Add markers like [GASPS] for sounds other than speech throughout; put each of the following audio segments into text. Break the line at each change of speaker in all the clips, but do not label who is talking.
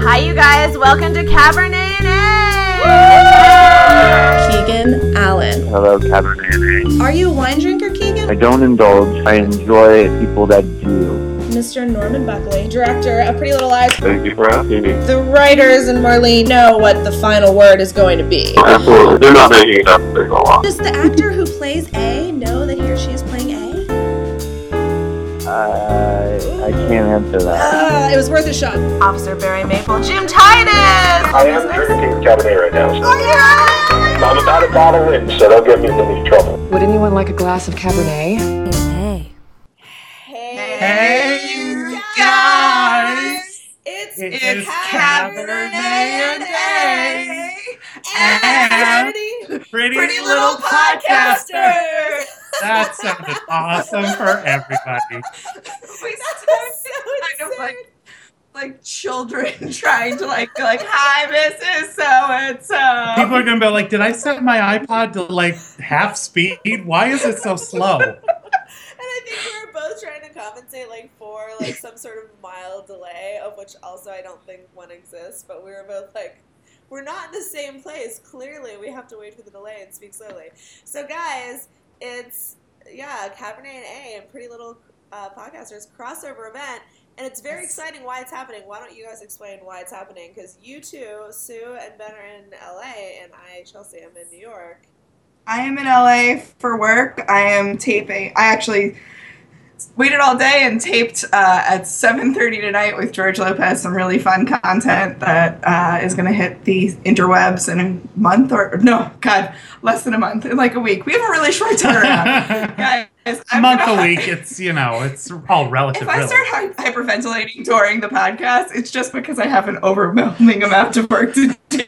Hi, you guys. Welcome to Cabernet and Egg.
Keegan Allen.
Hello, Cabernet.
Are you a wine drinker, Keegan?
I don't indulge. I enjoy people that do.
Mr. Norman Buckley, director of Pretty Little Lies.
Thank you for asking me.
The writers and Marlene know what the final word is going to be.
Absolutely. They're not making it up. There's a lot.
Does the actor who plays A know that he or she is playing A?
I I can't answer that.
Uh, it was worth a shot.
Officer Barry Maple, Jim Titus.
I am drinking Cabernet right now, so
Yeah.
I'm about a bottle in, so don't get me in any trouble.
Would anyone like a glass of Cabernet?
Hey, guys. It's, it's Cabernet and Egg. And
Pretty,
Pretty Little Podcasters.
That sounded awesome for
[LAUGHS]
everybody.
we sound kind of like like children [LAUGHS] trying to like like hi Mrs. So and
People
so.
are gonna be like, "Did I set my iPod to like half speed? Why is it so slow?"
[LAUGHS] And I think we were both trying to compensate like for like some sort of mild delay, of which also I don't think one exists. But we were both like, we're not in the same place. Clearly, we have to wait for the delay and speak slowly. So guys, it's yeah, Cabernet and A and Pretty Little uh, Podcasters crossover event, and it's very exciting. Why it's happening? Why don't you guys explain why it's happening? Because you two, Sue and Ben, are in LA, and I, Chelsea, am in New York.
I am in LA for work. I am taping. I actually waited all day and taped uh, at 7:30 tonight with George Lopez. Some really fun content that uh, is going to hit the interwebs in a month or no, God, less than a month, in like a week. We have a really short
[LAUGHS]
turnaround, guys.
a
I'm
month
gonna-
a week. It's you know, it's all relative.
If I
really. [LAUGHS]
start hy- hyperventilating during the podcast, it's just because I have an overwhelming amount of work to do.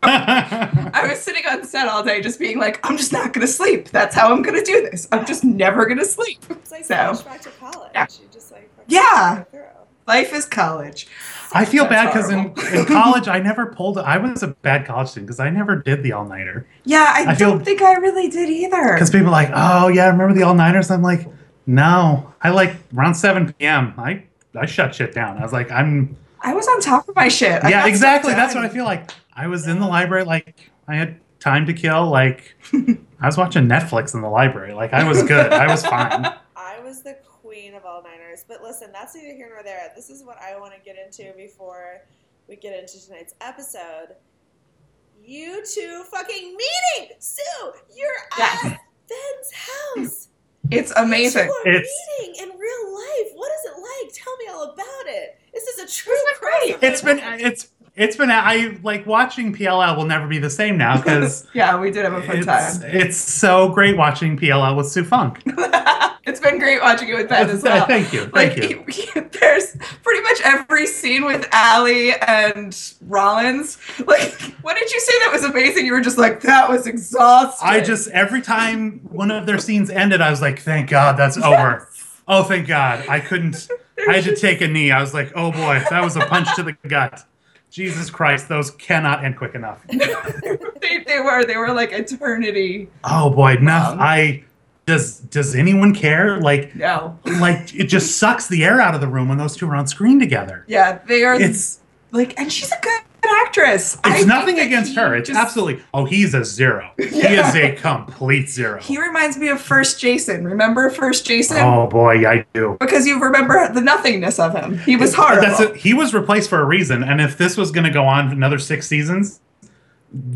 I was sitting on set all day just being like, I'm just not going to sleep. That's how I'm going to do this. I'm just never going to sleep.
It's like
So-
flashback to college.
Yeah.
You just like
Yeah.
go through.
Life is college.
I feel bad
That's
because in,
horrible.
in college I never pulled. I was a bad college student because I never did the all nighter.
Yeah, I,
I feel-
don't think I really did either.
Because people are like, oh yeah, remember the all nighters? I'm like, no, I like around 7 p.m. I I shut shit down. I was like, I'm
I was on top of my shit. I got
yeah,
[LAUGHS] stuff
exactly. That's
done.
what I feel like. I was in the library, like I had time to kill. Like
[LAUGHS]
I was watching Netflix in the library. Like I was good. I was
[LAUGHS]
fine.
I was the queen of all niners. But listen, that's neither here nor there. This is what I want to get into before we get into tonight's episode. You two fucking meeting! Sue, you're
Yes.
at Ben's house!
It's
[LAUGHS]
amazing.
You are
It's-
meeting in real life. What is it like? Tell me all about it. This is a true
great.
crossover
It's been
event.
it's it's been I like watching PLL will never be the same now
[LAUGHS]
because
Yeah, we did have a fun
it's,
time.
it's so great watching PLL with Sue Funk.
[LAUGHS] it's been great watching it with Ben as
[LAUGHS]
well.
Thank you, thank
Like,
you.
he- he- there's pretty much every scene with Allie and Rollins. Like, what did you say that was amazing? You were just like, that was exhausting.
I just every time one of their scenes ended, I was like, "Thank God that's over." Oh, thank God! I couldn't. I had to take a knee. I was like, "Oh boy, that was a punch to the gut." Jesus Christ, those cannot end quick enough.
[LAUGHS] they, they were they were like eternity.
Oh boy, enough.
Um,
I does does anyone care? Like
No.
like it just sucks the air out of the room when those two are on screen together.
Yeah, they are
It's
like, and she's a good actress. I
it's
think
nothing
that
against
he
her. It's
just-
absolutely. Oh, he's a zero. He
Yeah.
is
[LAUGHS]
a complete zero.
He reminds me of First Jason. Remember First Jason?
Oh boy, I do.
Because you remember the nothingness of him. He was horrible.
That's it. he was replaced for a reason, and if this was going to go on for another six seasons,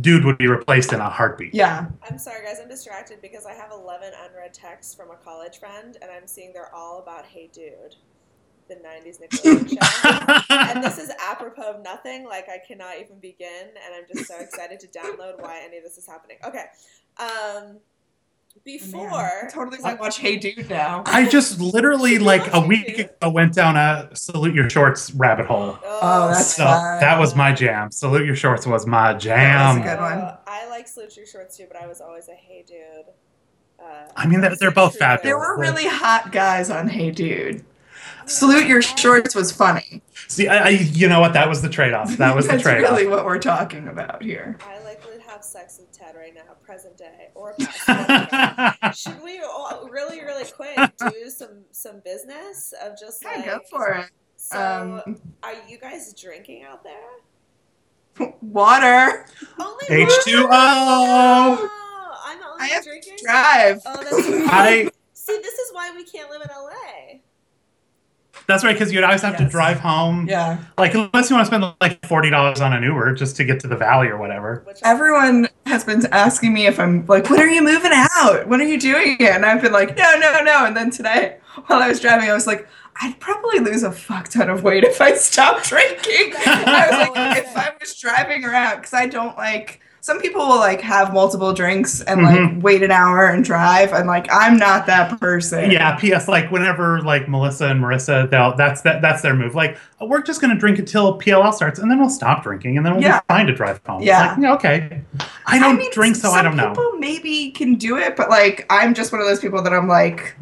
dude would be replaced in a [LAUGHS] heartbeat.
yeah.
I'm sorry, guys. I'm distracted because I have 11 unread texts from a college friend, and I'm seeing they're all about "Hey Dude," the '90s Nickelodeon
[LAUGHS]
show. And this is apropos of nothing. Like I cannot even begin, and I'm
[LAUGHS]
just so excited to download why any of this is happening. Okay, um, before
I totally want to watch Hey Dude now.
I just literally like a week ago went down a salute your shorts rabbit hole.
Oh, that's
So
my
fun.
that was my jam. Salute your shorts was my
That was a
jam.
good one.
Uh, I like Salute Your Shorts too, but I was always a hey dude. Uh,
I mean, they're- they're both fabulous.
There were really hot guys on Hey Dude. Salute Your Shorts was funny.
See, I, I you know what? That was the trade off. That was the
[LAUGHS] That's
trade off. [LAUGHS]
really what we're talking about here.
I like would have sex with Ted right now, present day or
[LAUGHS]
past. Should we all really, really quick do some some business of just
Yeah,
like
go for it.
So, are you guys drinking out there?
um, [LAUGHS] water.
Only
[LAUGHS]
H2O.
No, Oh, I'm the only
I
one
have
drinking.
Drive.
Oh, that's right.
I.
See, this is why we can't live in LA.
That's right, because you'd always have to
Yes.
drive home.
[LAUGHS] Yeah.
Like, unless you want to spend like forty dollars on an Uber just to get to the valley or whatever.
Which I-
Everyone has been asking me if I'm like, when are you moving out? When are you doing it? And I've been like, no, no, no. And then today, while I was driving, I was like, I'd probably lose a fuck ton of weight if I stopped drinking. [LAUGHS] I was like, if I was driving around, because I don't like. Some people will like have multiple drinks and
Mm-hmm.
like wait an hour and drive, and like I'm not that person.
Yeah. P.S. Like, whenever like Melissa and Marissa, they'll that's that that's their move. Like, we're just gonna drink until PLL starts, and then we'll stop drinking, and then we'll
Yeah.
be fine to drive home. It's
Yeah.
like, yeah. Okay. I don't drink, so I
some
don't know.
People maybe can do it, but like I'm just one of those people that I'm like,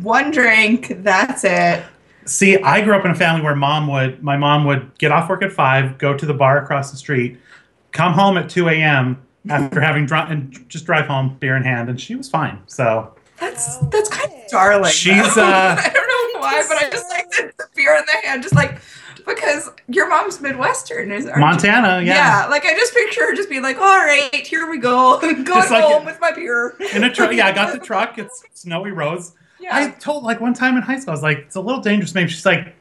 one drink, that's it.
See, I grew up in a family where mom would my mom would get off work at five, go to the bar across the street, come home at two
[LAUGHS]
a.m. after having drunk and just drive home, beer in hand, and she was fine. So
That's
No
that's kind
way.
of darling.
She's,
though.
uh,
[LAUGHS] I don't know why, but I just like the, the beer in the hand, just like because your mom's Midwestern, is aren't you?
Montana, yeah,
Yeah, like I just picture her just being like, "All right, here we go, [LAUGHS] going
Just like
home
it-
with my beer."
in a truck. Yeah, I got the truck. It's snowy roads. I
Yeah,
told like one time in high school, I was like, it's a little dangerous. Maybe she's like,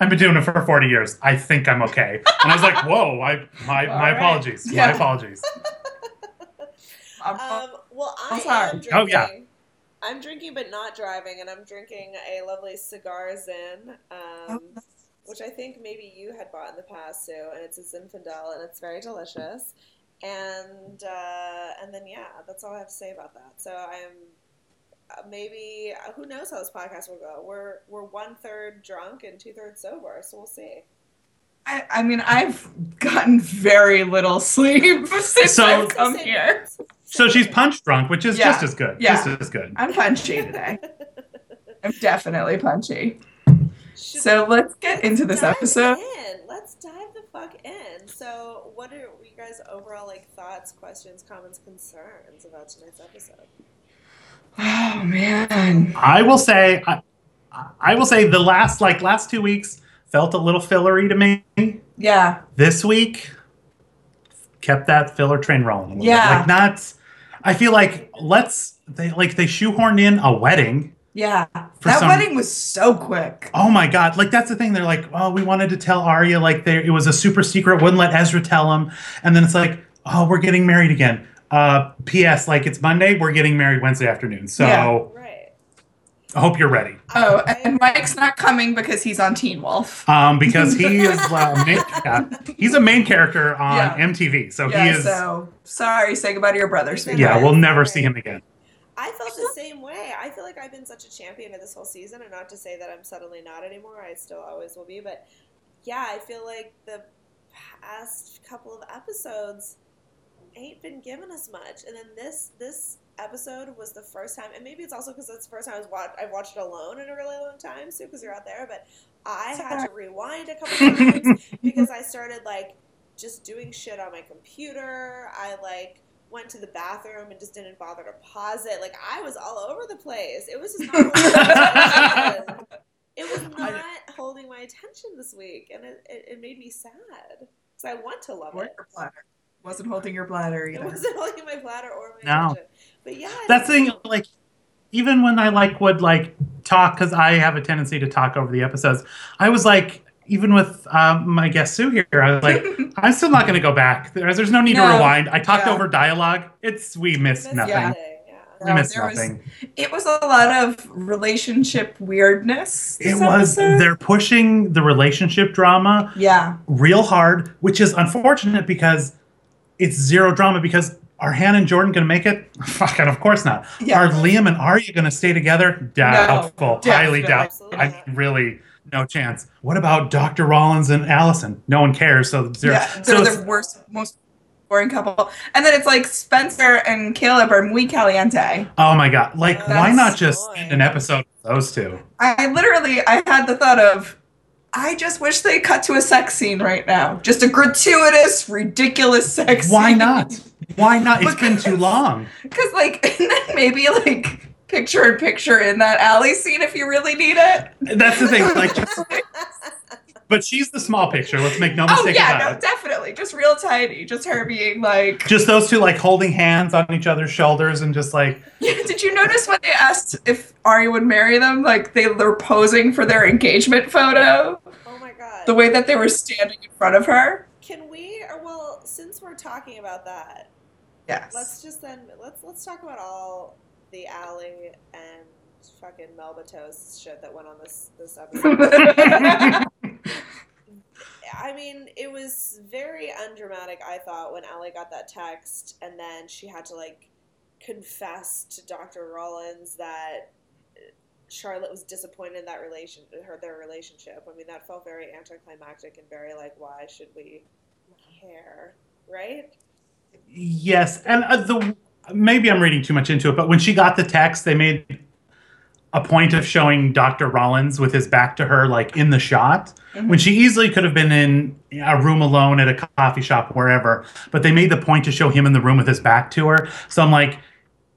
I've been doing it for forty years. I think I'm okay. And I was like, whoa, I
[LAUGHS]
my
All
my
right.
apologies, my
Yeah.
apologies.
I'm-
Um, well, I
I'm sorry.
am drinking.
Oh, yeah.
I'm drinking but not driving, and I'm drinking a lovely cigar Zin,
Oh,
um, which I think maybe you had bought in the past, Sue, and it's a Zinfandel, and it's very delicious. And uh, and then yeah, that's all I have to say about that. So I'm uh, maybe uh, who knows how this podcast will go. We're we're one third drunk and two thirds sober, so we'll see.
I, I mean, I've gotten very little sleep [LAUGHS] since
So-
I've come here.
So she's punch drunk, which is
Yeah.
just as good.
Yeah.
Just as good.
I'm
[LAUGHS]
punchy today. I'm definitely punchy.
Should
So let's get into this
dive
episode.
In. Let's dive the fuck in. So, what are you guys' overall like thoughts, questions, comments, concerns about tonight's episode?
Oh man.
I will say, I, I will say the last like last two weeks felt a little fillery to me.
Yeah.
This week kept that filler train rolling. a little bit.
Yeah.
like not. I feel like let's they like they shoehorned in a wedding.
Yeah.
For
that
some-
wedding was so quick.
Oh my god! Like that's the thing. They're like, oh, we wanted to tell Arya like they, it was a super secret. Wouldn't let Ezra tell him. And then it's like, oh, we're getting married again. Uh, P.S. Like it's Monday. We're getting married Wednesday afternoon. So
Yeah.
Right.
I hope you're ready.
Oh, and Mike's not coming because he's on Teen Wolf.
um, because he is uh, main, yeah, he's a main character on
Yeah.
MTV, so
yeah,
he is.
so sorry, say goodbye to your brother, sweetie.
yeah, we'll never
Right.
see him again.
I felt the same way. I feel like I've been such a champion of this whole season, and not to say that I'm suddenly not anymore. I still always will be, but yeah, I feel like the past couple of episodes ain't been giving us much, and then this this episode was the first time, and maybe it's also because it's the first time I was watch, I've watched it alone in a really long time, Sue, because you're out there, but I had to rewind a couple times because I started like just doing shit on my computer. I like went to the bathroom and just didn't bother to pause it. Like I was all over the place. It was just not holding my
[LAUGHS]
attention. It was not holding my attention this week, and it, it, it made me sad because I want to love
Or
it.
your bladder. Wasn't holding your
[LAUGHS]
bladder
It
either.
wasn't holding my bladder or my
No.
attention. But yeah, I
That's the
don't
thing.
know.
Like, even when I like would like talk, because I have a tendency to talk over the episodes. I was like, even with um, my guest Sue here, I was
[LAUGHS]
like, I'm still not going to go back. There's, there's no need to
No.
rewind. I talked
Yeah.
over dialogue. It's we missed
That's
nothing.
something, yeah.
We missed
There was-
nothing.
It was a lot of relationship weirdness.
It
this
was
episode.
they're pushing the relationship drama
Yeah.
real hard, which is unfortunate because it's zero drama. Because are Hannah and Jordan going to make it? [LAUGHS] Fucking, of course not.
Yeah.
Are Liam and Arya going to stay together? Doubtful. Highly
definitely.
doubtful. I
Absolutely.
mean, really, no chance. What about Dr. Rollins and Allison? No one cares. So zero.
Yeah,
so
they're
it's-
the worst, most boring couple. And then it's like Spencer and Caleb are muy caliente.
oh my god! Like,
Oh,
why
that's
not just
annoying.
end an episode with those two?
I literally, I had the thought of, I just wish they cut to a sex scene right now. Just a gratuitous, ridiculous sex
Why
scene. [LAUGHS]
not? Why not? It's been too
Because-
long.
Because, like, [LAUGHS] and then maybe, like, picture in picture in that alley scene if you really need it. [LAUGHS]
That's the thing. Like, just But she's the small picture. Let's make no
Oh
mistake
yeah,
about
no,
it.
definitely. Just real tiny. Just her being like.
Just those two like holding hands on each other's shoulders and just like
[LAUGHS] Yeah, did you notice when they asked if Ari would marry them? Like they were posing for their engagement photo.
Oh my god.
The way that they were standing in front of her.
Can we? Or well, since we're talking about that, let's
Yes.
just then let's let's talk about all the alley and fucking Melba Toast shit that went on this this episode.
[LAUGHS]
I mean, it was very undramatic. I thought when Allie got that text, and then she had to like confess to Dr. Rollins that Charlotte was disappointed in that relation, her their relationship. I mean, that felt very anticlimactic and very like, why should we care, right?
Yes, and uh, the maybe I'm reading too much into it, but when she got the text, they made a point of showing Dr. Rollins with his back to her, like in the shot, when she easily could have been in a room alone at a coffee shop, wherever. But they made the point to show him in the room with his back to her. So I'm like,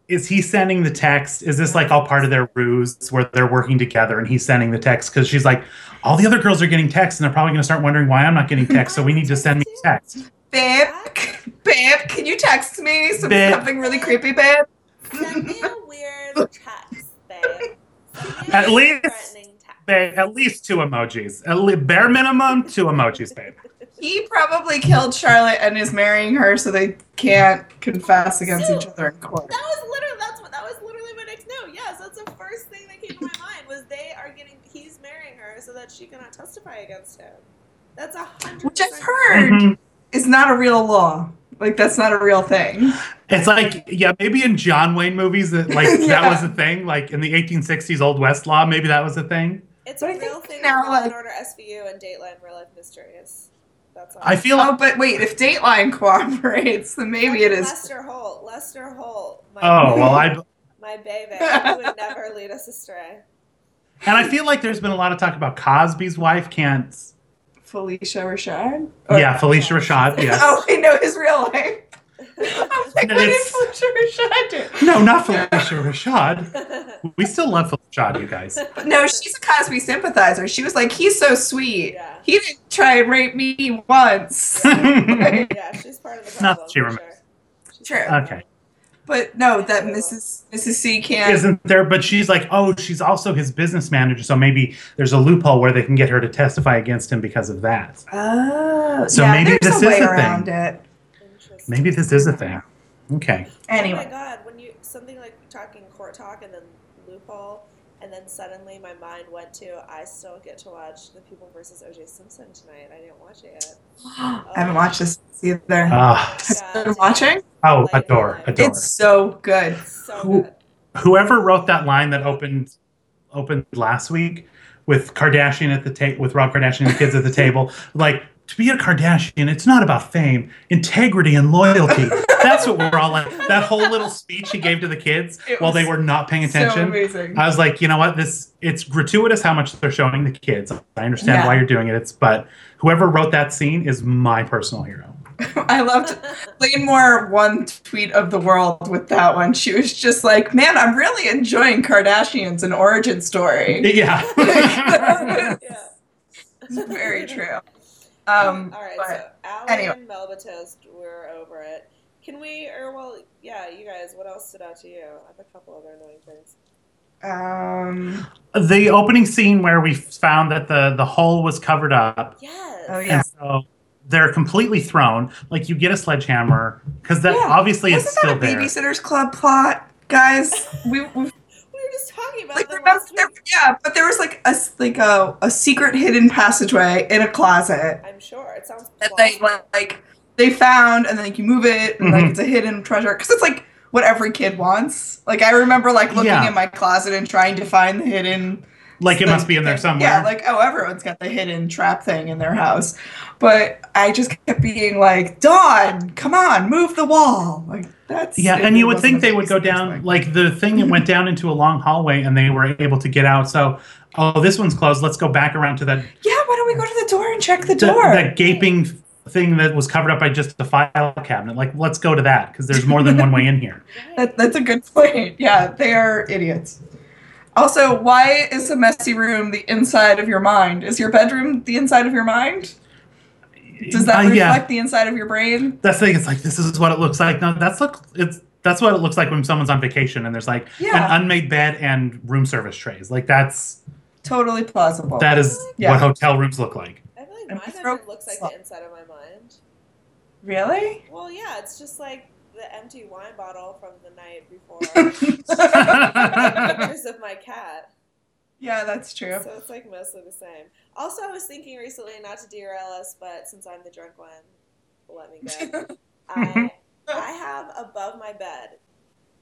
is he sending the text? Is this like all part of their ruse where they're working together and he's sending the text? Because she's like, all the other girls are getting texts and they're probably going to start wondering why I'm not getting texts. So we need to send me texts.
Babe, babe, can you text me some,
Babe.
something really creepy, babe?
Send me a weird text, babe. Send me a
At least
threatening text.
Ba- at least two emojis. At le- bare minimum, two emojis, babe.
He probably killed Charlotte and is marrying her so they can't confess against each other in court.
That was literally that's what that was literally my next note. Yes, that's the first thing that came to my mind was they are getting he's marrying her so that she cannot testify against him. That's a hundred.
Which I've
percent-
heard
Mm-hmm.
is not a real law. Like that's not a real thing.
It's like, yeah, maybe in John Wayne movies, that
[LAUGHS]
like that
Yeah.
was a thing. Like in the 1860s Old West law, maybe that was a thing.
It's
But
a
I
real
think
thing.
now,
Now, Law and
like-
Order SVU and Dateline Real Life Mysteries. That's all.
I feel
Oh,
like,
but wait, if Dateline [LAUGHS] cooperates, then maybe it is.
Lester Holt. Lester Holt. My,
oh well, I
my baby
[LAUGHS]
who would never lead us astray. [LAUGHS]
and I feel like there's been a lot of talk about Cosby's wife can't.
Felicia Rashad. Or-
Yeah, Felicia
[LAUGHS]
Rashad. Yes.
Oh, I know his real name. [LAUGHS] I was like,
No,
what did
it's-
Felicia Rashad do?
No, not Felicia Rashad. We still love Felicia Rashad, you guys. [LAUGHS]
But no, she's a Cosby sympathizer. She was like, he's so sweet.
Yeah.
He didn't try and rape me
[LAUGHS]
once.
okay.
yeah, she's part of the
Not
problem.
that she
for
remembers.
sure. She's
True.
part of the
But no, that Mrs. Mrs. C can't.
Isn't there? But she's like, oh, she's also his business manager, so maybe there's a loophole where they can get her to testify against him because of that.
Oh,
So
yeah,
maybe
there's
this
a
is
way
a thing.
around it.
problem. Interesting.
Maybe this is a thing. Okay.
Oh my
Anyway,
god, when you something like talking court talk and then loophole, and then suddenly my mind went to I still get to watch The People versus OJ Simpson tonight. I didn't watch it yet.
[GASPS]
Oh
I haven't watched this either.
Ah.
Have you been watching?
oh, adore, adore.
It's so good.
So
Who-
good.
Whoever wrote that line that opened opened last week with Kardashian at the table with Rob Kardashian and the kids at the table, like to be a Kardashian, it's not about fame, integrity, and loyalty. That's what we're all like. That whole little speech he gave to the kids
It
while they were
was
not paying
So
attention.
amazing.
I was like, you know what? This it's gratuitous how much they're showing the kids. I understand
Yeah.
why you're doing it. It's but whoever wrote that scene is my personal
[LAUGHS]
hero.
[LAUGHS] I loved Lane Moore one tweet of the world with that one. She was just like, "Man, I'm really enjoying Kardashians and origin story."
Yeah. [LAUGHS]
[LAUGHS]
[LAUGHS] yeah.
It's Very
[LAUGHS]
true. Um,
All right,
but
so Alan
anyway.
and Melba Toast, we're over it. Can we, or well, yeah, you guys, what else stood out to you? I have a couple other annoying things.
um,
the opening scene where we found that the the hull was covered up
Yes.
oh yeah,
and so they're completely thrown like you get a sledgehammer because that
Yeah.
obviously
wasn't
it's
that
still
a
there
Babysitters Club plot,
[LAUGHS]
guys? We, we
We were just talking about
like
them
remember,
last
there,
week.
yeah, but there was like a s- like a, a secret hidden passageway in a closet
I'm sure. It sounds
that they
plausible.
like they found and then like, you move it and
Mhm.
like it's a hidden treasure because it's like what every kid wants. Like I remember like looking
Yeah.
in my closet and trying to find the hidden.
like it must be in there somewhere
Yeah, like oh, everyone's got the hidden trap thing in their house, but I just kept being like, Dawn, come on, move the wall. Like that's
yeah
it
and you would
wasn't
think
a
they would go
Babysitters
down
Club.
like the thing it went down into a long hallway and they were able to get out so oh this one's closed let's go back around to that
yeah, why don't we go to the door and check the
that,
door?
that gaping thing that was covered up by just the file cabinet like let's go to that because there's more than one way in here
That, that's a good point. Yeah, they are idiots. Also, why is a messy room the inside of your mind? Is your bedroom the inside of your mind? [LAUGHS] Does that
Uh,
reflect
yeah.
the inside of your brain?
That's the thing. It's like this is what it looks like. No, that's look. It's that's what it looks like when someone's on vacation and there's like
Yeah.
an unmade bed and room service trays. Like that's
Totally plausible.
that is
Yeah.
what hotel rooms look
[LAUGHS]
like. [LAUGHS]
I feel like
And
my
we
bedroom
throw-
looks like the inside of my mind.
really?
Well, yeah, it's just like the empty wine bottle from the night before.
I
pictures of my cat.
Yeah, that's true.
So it's like mostly the same. Also, I was thinking recently, not to derail us, but since I'm the drunk one, let me go. I, I have above my bed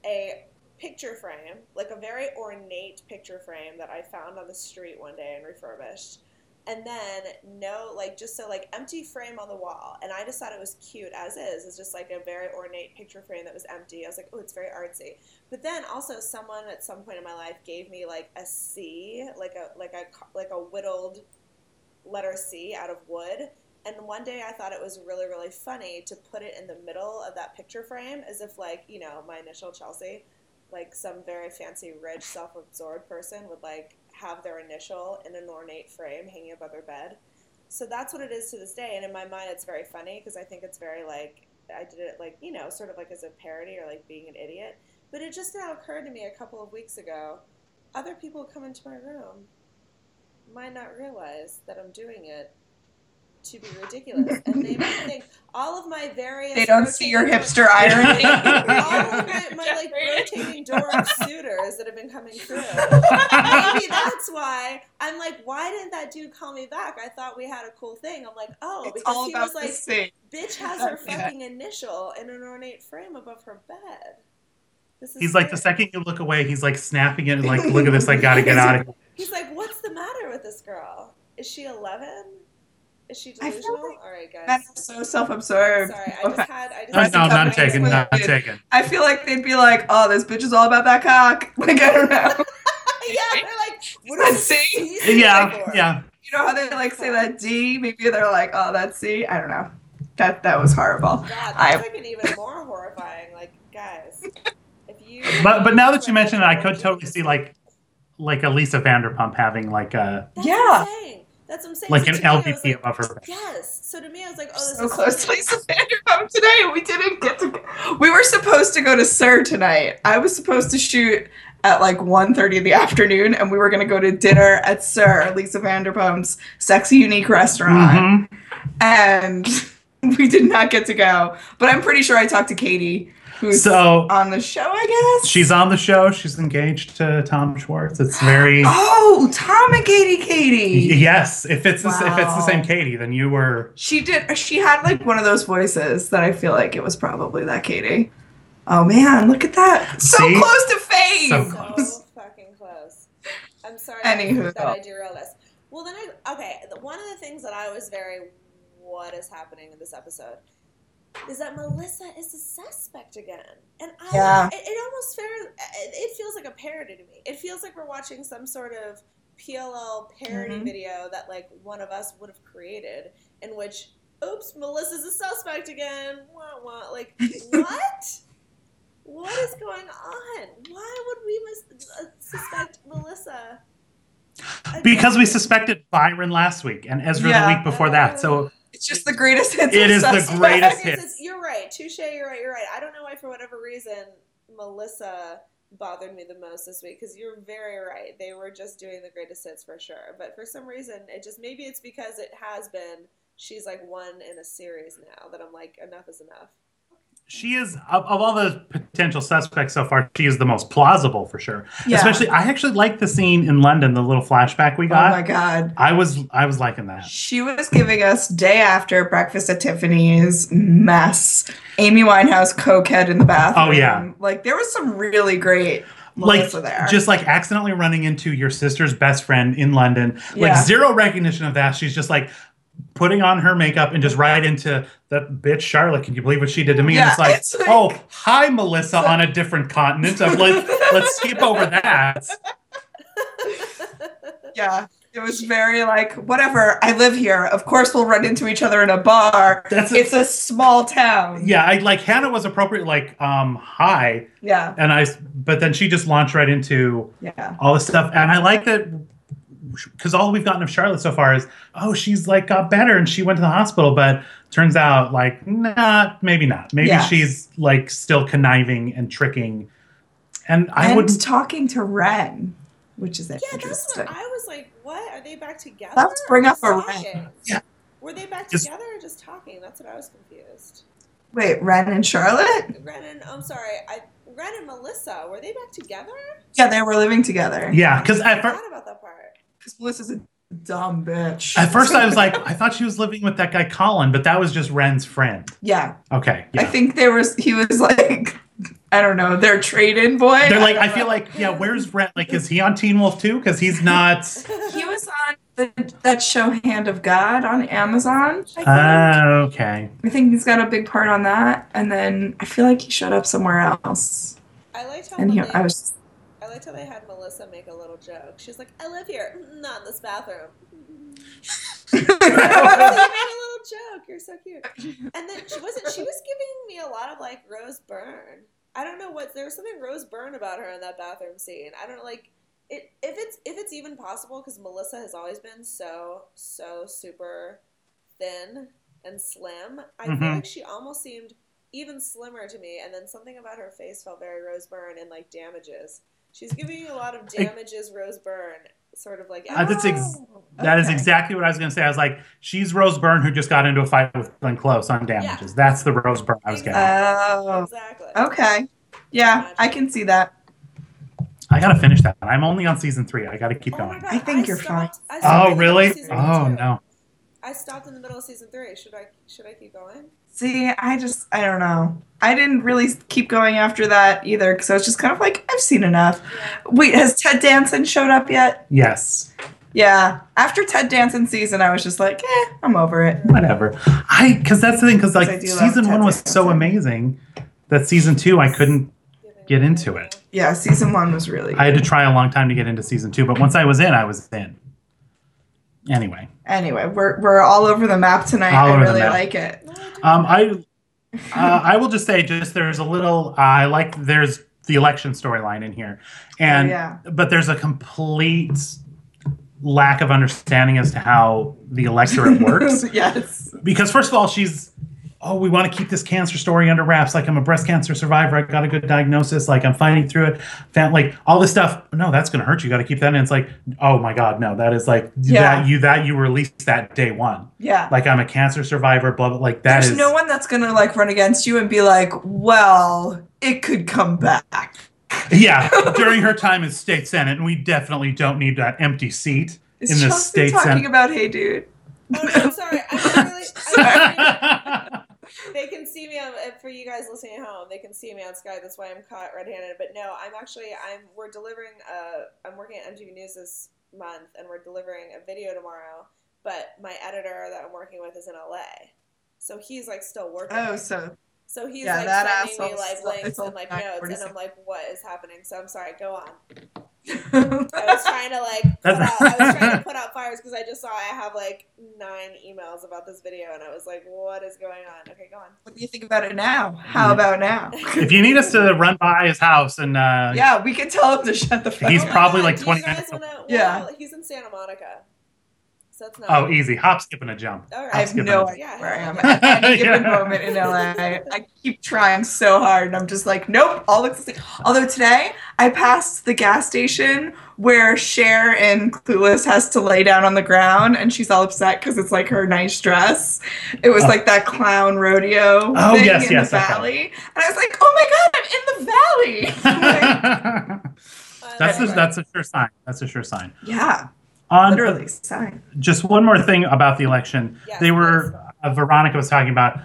a picture frame, like a very ornate picture frame that I found on the street one day and refurbished. And then no, like just so like empty frame on the wall, and I just thought it was cute as is. It's just like a very ornate picture frame that was empty. I was like, oh, it's very artsy. But then also, someone at some point in my life gave me like a C, like a like a ca- like a whittled letter C out of wood. And one day, I thought it was really really funny to put it in the middle of that picture frame, as if like you know my initial Chelsea, like some very fancy, rich, self-absorbed person would like have their initial in an ornate frame hanging above their bed. So that's what it is to this day. And in my mind, it's very funny because I think it's very like I did it like you know sort of like as a parody or like being an idiot. But it just now occurred to me a couple of weeks ago. Other people come into my room might not realize that I'm doing it to be ridiculous, and they might think all of my various.
They don't see your
rotating-
hipster
[LAUGHS]
irony.
all of my, my like rotating door of suitors that have been coming through. Maybe that's why I'm like, why didn't that dude call me back? I thought we had a cool thing. I'm like, oh,
it's
because
all
he
about
was
the
like,
scene.
bitch has her
Yeah.
fucking initial in an ornate frame above her bed. This is
He's like the
weird.
second you look away, he's like snapping it. Like look at this. I gotta
[LAUGHS]
get out of here.
He's like, what's the matter with this girl? Is she 11? Is she
I feel
delusional?
like
All right,
Men
guys.
are so self-absorbed.
Sorry, I just had. I
No,
just
no, not taken. Not taken.
I feel like they'd be like, "Oh, this bitch is all about that cock." [LAUGHS] Like I don't know.
[LAUGHS] yeah, they're like, [LAUGHS] what
That
is
C?
this
Yeah,
for?
yeah.
You know how they like say that D? Maybe they're like, "Oh, that's C." I don't know. That that was horrible.
God, that's
I-
like an even more horrifying. Like, guys, if you.
But but now that you mention it, I could totally see like like a Lisa Vanderpump having like a
That's
Yeah.
What I'm saying. That's what I'm saying.
like
So
an
to me, I was
LVP
like,
above her. bed.
Yes. So to me, I was like, oh, this
So
is
close to
funny.
Lisa Vanderpump today, and we didn't get to. We were supposed to go to Sir tonight. I was supposed to shoot at like 1.30 in the afternoon, and we were going to go to dinner at Sir Lisa Vanderpump's sexy unique restaurant.
Mhm.
and [LAUGHS] we did not get to go. But I'm pretty sure I talked to Katie, who's
So
on the show, I guess.
she's on the show. She's engaged to Tom Schwartz. It's very
[GASPS] oh, Tom and Katie,
[LAUGHS]
Katie.
yes. If it's the, if it's the
Wow.
same Katie, then you were
She did. She had like one of those voices that I feel like it was probably that Katie. Oh man, look at that! So
See?
close to fame.
So
so fucking close. I'm sorry
Anywho.
that I derailed us. Well, then I okay. the- One of the things that I was very, what is happening in this episode, is that Melissa is a suspect again, and I,
Yeah.
it, it almost fair, it, it feels like a parody to me. It feels like we're watching some sort of PLL parody
Mhm.
video that like one of us would have created, in which, oops, Melissa's a suspect again. Wah, wah. Like what? What is going on? Why would we mis- uh, suspect Melissa? Again?
because we suspected Byron last week and Ezra
Yeah.
the week before that. So
it's just the greatest hits.
It
of
is the
Suspect.
greatest-
Because it's-
hits.
You're right, touche. You're right. You're right. I don't know why, for whatever reason, Melissa bothered me the most this week. Because you're very right. They were just doing the greatest hits for sure. But for some reason, it just maybe it's because it has been. She's like one in a series now that I'm like enough is enough.
she is of, of all the potential suspects so far, she is the most plausible for sure.
[LAUGHS] Yeah.
Especially, I actually liked the scene in London, the little flashback we
Oh my
got.
god.
I was I was liking that.
She was giving us day after breakfast at Tiffany's mess. Amy Winehouse cokehead in the bathroom.
Oh, yeah.
like there was some really great
like
Melissa there.
just like accidentally running into your sister's best friend in London.
Yeah.
Like zero recognition of that. She's just like putting on her makeup and just right into that bitch Charlotte. Can you believe what she did to me?
Yeah,
and it's like,
it's like-
oh, hi Melissa on a different continent. I'm like, let's skip over that.
yeah, It was very like, whatever, I live here. Of course we'll run into each other in a bar.
That's a-
it's a small town.
Yeah, I like Hannah was appropriate, like um hi,
Yeah.
and I. s- But then she just launched right into
Yeah.
all this stuff, and I like that because all we've gotten of Charlotte so far is oh she's like got better and she went to the hospital, but turns out like nah, maybe not. Maybe
Yeah.
she's like still conniving and tricking, and I
and
would
talking to Ren, which is
Yeah, that's
interesting.
what I was like. What are they back together?
Let's
or
bring
just
up a
talking?
Yeah.
Were they back
Just-
together or just talking? That's what I was confused.
Wait, Ren and Charlotte?
Ren and I'm sorry, I Ren and Melissa were they back together?
Yeah, they were living together.
yeah, because
I
at first.
forgot about that part.
Because Melissa's a dumb bitch.
At first, I was like,
[LAUGHS]
I thought she was living with that guy Colin, but that was just Ren's friend.
yeah.
Okay, yeah.
I think there was he was like I don't know, their trade in boy.
They're like, I feel like, yeah, where's Ren? Like, is he on Teen Wolf too? Because he's not.
[LAUGHS] he was on the, that show Hand of God on Amazon. I think.
Ah, okay.
I think he's got a big part on that. And then I feel like he showed up somewhere else.
I liked how
And he,
they,
I was
I liked how they had Melissa make a little joke. She's like, I live here, "Mm, not in this bathroom.
[LAUGHS]
[LAUGHS]
Melissa, you made a little joke. You're so cute. And then she wasn't. She was giving me a lot of like Rose Byrne. I don't know what there was something Rose Byrne about her in that bathroom scene. I don't know, like it if it's if it's even possible because Melissa has always been so so super thin and slim. I feel
Mhm.
like she almost seemed even slimmer to me. And then something about her face felt very Rose Byrne and like damages. She's giving you a lot of damages Rose Byrne sort of like
Uh, that's ex- That is
Okay.
exactly what I was going to say. I was like, she's Rose Byrne who just got into a fight with Glenn Close on damages. That's the Rose Byrne I was getting.
Oh.
exactly
Okay. Yeah, I can see that.
I got to finish that. I'm only on season three. I got to keep
Oh my
going.
God,
I think you're
stopped- I stopped
Oh,
in the
really?
middle of season
Oh,
two.
no.
I stopped in the middle of season three. Should I should I keep going?
See, I just I don't know. I didn't really keep going after that either because I was just kind of like, I've seen enough. Wait, has Ted Danson showed up yet?
Yes.
Yeah. After Ted Danson season, I was just like, eh, I'm over it.
Whatever. I, because that's the thing, because like
I do love
season one
Ted
was so
Danson.
amazing that season two, I couldn't
Giving
get
up.
into it.
Yeah, season one was really
I had to try a long time to get into season two, but once I was in, I was in. Anyway,
anyway, we're we're all over the map tonight.
All
I
over the
really
map.
like it.
No, I don't.
um, I uh, I will just say, just there's a little. uh, I like there's the election storyline in here, and
Oh, yeah.
but there's a complete lack of understanding as to how the
[LAUGHS]
electorate works.
yes.
because first of all, she's oh, we want to keep this cancer story under wraps. Like I'm a breast cancer survivor. I got a good diagnosis. Like I'm fighting through it. Found, like all this stuff. No, that's gonna hurt you. Got to keep that. in. it's like oh my god, no, that is like
Yeah.
that you that you release that day one.
Yeah.
Like I'm a cancer survivor. Blah blah. Like that is
There's no one that's gonna like run against you and be like, well, it could come back.
yeah. During her time as state senate, and we definitely don't need that empty seat
Is
in the
Chelsea
state
talking
senate.
about hey dude?
Oh, no, I'm sorry. I'm really.
[LAUGHS]
I'm really- they can see me on, uh, for you guys listening at home. They can see me on Sky. That's why I'm caught red-handed. But no, I'm actually. I'm. We're delivering. Uh, I'm working at MTV News this month, and we're delivering a video tomorrow. But my editor that I'm working with is in LA, so he's like still working.
Oh, so [LAUGHS]
So he's
Yeah,
like
that
sending me
asshole's
like
still-
links
it's all
and like
back
notes,
40
and I'm like, what is happening? So I'm sorry. Go on. I was
yeah,
trying to
[LAUGHS]
like put out, I was trying to put out fires because I just saw I have like nine emails about this video and I was like, what is going on? Okay, go on.
what do you think about it now? How about now?
if you need us to run by his house and uh,
Yeah, we can tell him to shut the fuck
He's
up.
probably, like,
do you
20
guys
minutes.
wanna-
Yeah.
well, he's in Santa Monica, so that's not.
oh, easy hop, skip, and a jump.
All right.
I have no
Yeah.
idea where I am at any given
Yeah.
moment in LA. I keep trying so hard, and I'm just like, nope, all looks the same. Although today, I passed the gas station where Cher in Clueless has to lay down on the ground, and she's all upset because it's like her nice dress. It was
Oh.
like that clown rodeo
Oh,
thing
yes,
in
yes,
the
okay.
valley, and I was like, oh my
[LAUGHS]
god, I'm in the valley. Like,
I
That's a,
love it.
that's a sure sign. That's a sure sign.
yeah,
On
literally, sign.
just one more thing about the election.
Yes,
they were uh, Veronica was talking about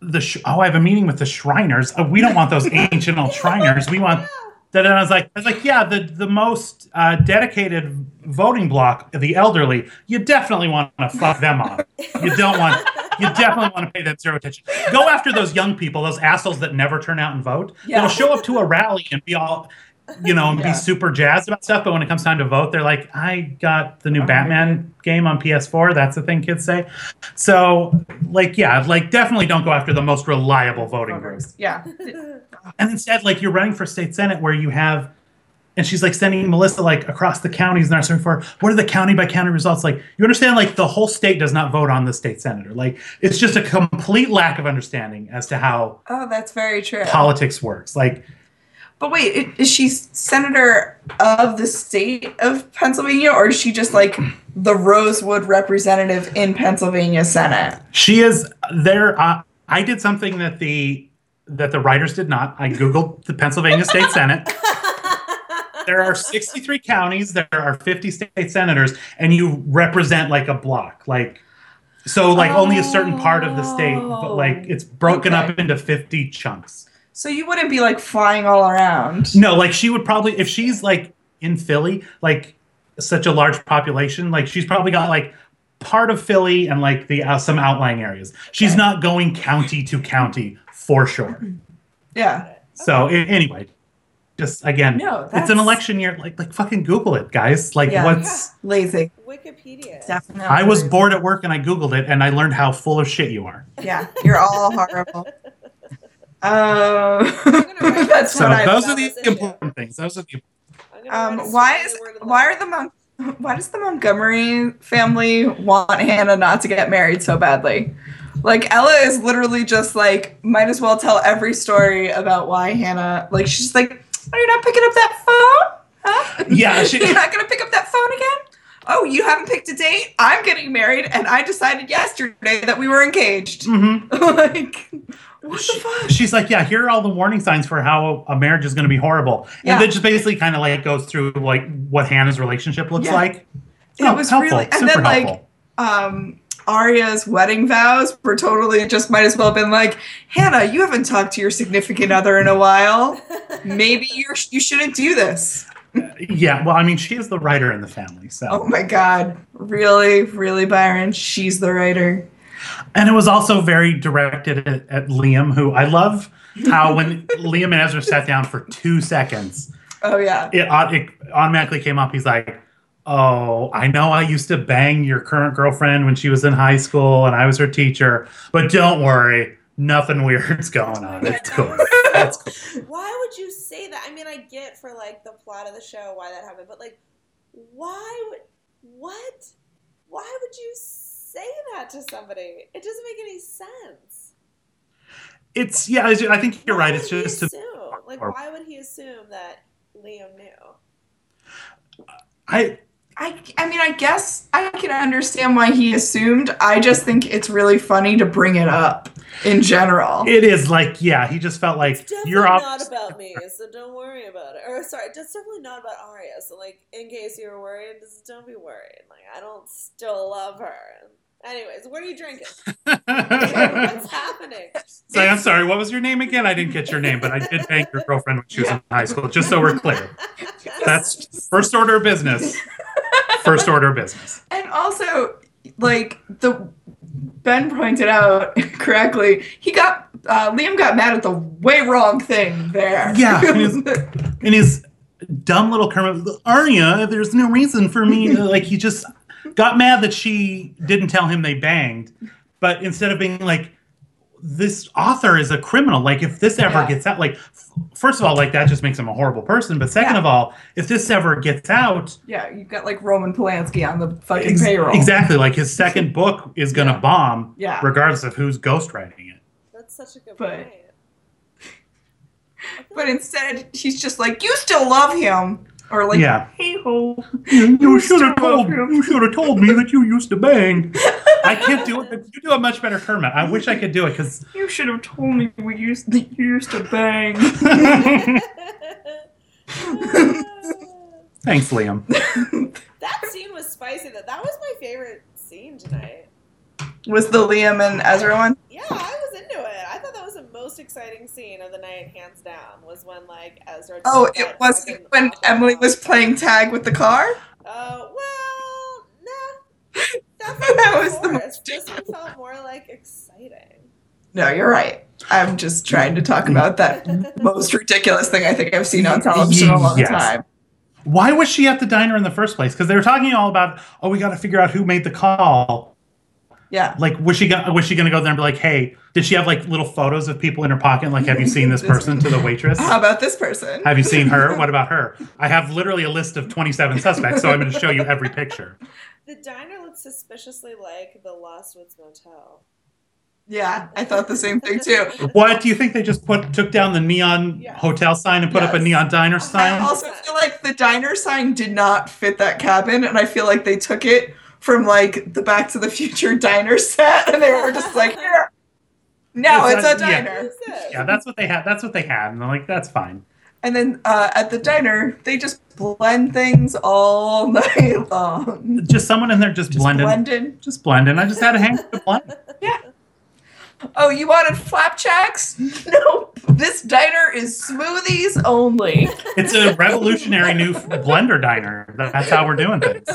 the sh- oh, I have a meeting with the Shriners. Oh, we don't want those ancient old Shriners. We want that. And I was like, I was like, yeah, the the most uh, dedicated voting block, the elderly. You definitely want to fuck them off. You don't want. You definitely want to pay that zero attention. Go after those young people, those assholes that never turn out and vote.
Yeah.
They'll show up to a rally and be all. you know, and
Yeah.
be super jazzed about stuff. But when it comes time to vote, they're like, I got the new Batman game on PS4. That's the thing kids say. So, like, yeah, like, definitely don't go after the most reliable voting group.
Voters. Yeah.
And instead, like, you're running for state senate where you have, and she's like sending Melissa like across the counties and asking for what are the county by county results like. You understand, like, the whole state does not vote on the state senator. Like, it's just a complete lack of understanding as to how
Oh, that's very true.
politics works. Like,
But wait, i- is she senator of the state of Pennsylvania, or is she just like the Rosewood representative in Pennsylvania Senate?
She is there. Uh, I did something that the that the writers did not. I googled the Pennsylvania State Senate. There are 63 counties. There are 50 state senators, and you represent like a block. Like so, like only a certain part of the state, but like it's broken
Okay.
up into 50 chunks.
So you wouldn't be like flying all around.
No, like she would probably if she's like in Philly, like such a large population, like she's probably got like part of Philly and like the uh, some outlying areas. She's not going county to county for sure.
Mm-hmm. Yeah.
So a- anyway, just again,
No,
it's
that's-
an election year. Like like fucking Google it, guys. Like
Yeah.
what's
Lazy.
Wikipedia.
Definitely.
I was bored at work and I Googled it and I learned how full of shit you are.
Yeah. You're all
[LAUGHS]
horrible. Um, [LAUGHS] that's
So
what I.
those
found
are the
this issue.
important things. Those are the
I'm gonna write a
Um, why
strongly
is
worded
why are
letter.
the Mon- [LAUGHS] why does the Montgomery family want Hannah not to get married so badly? Like Ella is literally just like might as well tell every story about why Hannah like she's just like oh you're not picking up that phone huh [LAUGHS]
Yeah, she-
you're not gonna pick up that phone again oh you haven't picked a date I'm getting married and I decided yesterday that we were engaged [LAUGHS]
Mhm.
like what the fuck
she's like, yeah, here are all the warning signs for how a marriage is going to be horrible.
Yeah.
And then just basically kind of like goes through like what Hannah's relationship looks
Yeah.
like.
It was really- and
super
then, like,
Oh, helpful.
um Arya's wedding vows were totally just might as well have been like, Hannah, you haven't talked to your significant other in a while. Maybe you're you shouldn't do this.
yeah, well, I mean, she is the writer in the family, so
Oh my god. Really, really Byron, she's the writer.
and it was also very directed at, at Liam, who I love how
[LAUGHS]
when Liam and Ezra sat down for two seconds,
Oh yeah.
it, au- it automatically came up. He's like, Oh, I know I used to bang your current girlfriend when she was in high school and I was her teacher, but don't worry, nothing weird's [LAUGHS] going on. It's cool. It's cool.
Why would you say that? I mean, I get for like the plot of the show why that happened, but like, why would what? Why would you say that to somebody? It doesn't make any sense.
It's yeah, I ju- I think you're
Why
right.
would
It's
he
just
assume? like
or-
why would he assume that Liam knew?
I
I I mean I guess I can understand why he assumed. I just think it's really funny to bring it up in general.
it is like yeah, he just felt like
It's definitely
you're off. [LAUGHS]
not about me, so don't worry about it. Or sorry, it's definitely not about Arya. So like, in case you were worried, just don't be worried. Like, I don't still love her. Anyways, what are you
[LAUGHS]
drinking? What's happening?
Say, I'm sorry. What was your name again? I didn't get your name, but I did thank your girlfriend when she was in high school. Just so we're clear, that's first order of business. First order of business.
And also, like the Ben pointed out [LAUGHS] correctly, he got uh, Liam got mad at the way wrong thing there.
Yeah. And his dumb little Kermit, Arya. There's no reason for me. Like he just got mad that she didn't tell him they banged, but instead of being like, this author is a criminal. Like if this ever
Yeah.
gets out, like f- first of all, like that just makes him a horrible person. But second
Yeah.
of all, if this ever gets out,
[LAUGHS] yeah, you got like Roman Polanski on the fucking
Ex-
payroll.
Exactly. Like
[LAUGHS]
his second book is going to bomb,
Yeah.
regardless of who's ghostwriting it.
That's such a good
But-
point.
But instead, he's just like, "You still love him," or like,
Yeah.
"Hey ho."
You
should have told-
You should have told me that you used to bang. I can't do it. But you do a much better Kermit. I wish I could do it [LAUGHS] because
You should have told me we used that you used to bang.
[LAUGHS] thanks, Liam.
[LAUGHS] that scene was spicy. That that was my favorite scene tonight.
Was the Liam and Ezra one?
Yeah, I was into it. I thought that was the most exciting scene of the night, hands down. Was when like Ezra. took
Oh, it
that
was
fucking
when
awful
Emily
job.
was playing tag with the car. [LAUGHS]
Uh, well, no. That,
That was
was
the
the worst. This one felt more like exciting.
No, you're right. I'm just trying to talk about that most ridiculous thing I think I've seen on television in a long
Yes.
time.
Why was she at the diner in the first place? Because they were talking all about, oh, we got to figure out who made the call.
Yeah.
Like, was she gonna, was she going to go there and be like, hey, did she have like little photos of people in her pocket? Like, have you seen this person to the waitress?
How about this person?
Have you seen her? What about her? I have literally a list of 27 suspects, so I'm going to show you every picture.
The diner looks suspiciously like the Lost Woods Motel.
Yeah, I thought the same thing too.
What do you think they just put took down the neon
Yeah.
hotel sign and put up a
Yes.
neon diner
I
sign?
also feel like the diner sign did not fit that cabin, and I feel like they took it from like the Back to the Future [LAUGHS] diner set, and they were just like, "Here." no,
It's
it's,
a-
a
yeah.
diner.
What is this?
yeah, that's what they had. That's what they had, and I'm like, that's fine.
And then uh, at the diner, they just blend things all [LAUGHS] night long.
Just someone in there just,
Just
blending,
blended.
just blending. I just had a hang to blend.
Oh, you wanted flapjacks? [LAUGHS] No, this diner is smoothies
[LAUGHS]
only.
It's a revolutionary new blender diner. That's how we're doing things.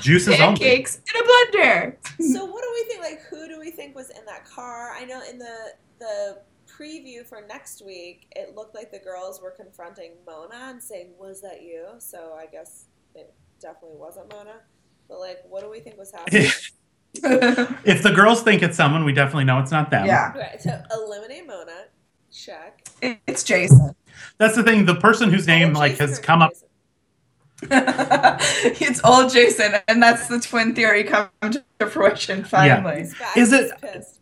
Juices only.
Pancakes in a
[LAUGHS]
blender.
so what do we think? Like, who do we think was in that car? I know in the the preview for next week, it looked like the girls were confronting Mona and saying, "Was that you?" So I guess it definitely wasn't Mona. But like, what do we think was
[LAUGHS]
happening?
If the girls think it's someone, we definitely know it's not them.
yeah,
right. So eliminate Mona. Check.
it's Jason. [LAUGHS]
That's the thing. The person whose name
Oh,
like
Jason
has
or
come up
Jason?
it's all Jason, and that's the twin theory come to fruition finally.
He's back.
Is
He's
it-
pissed.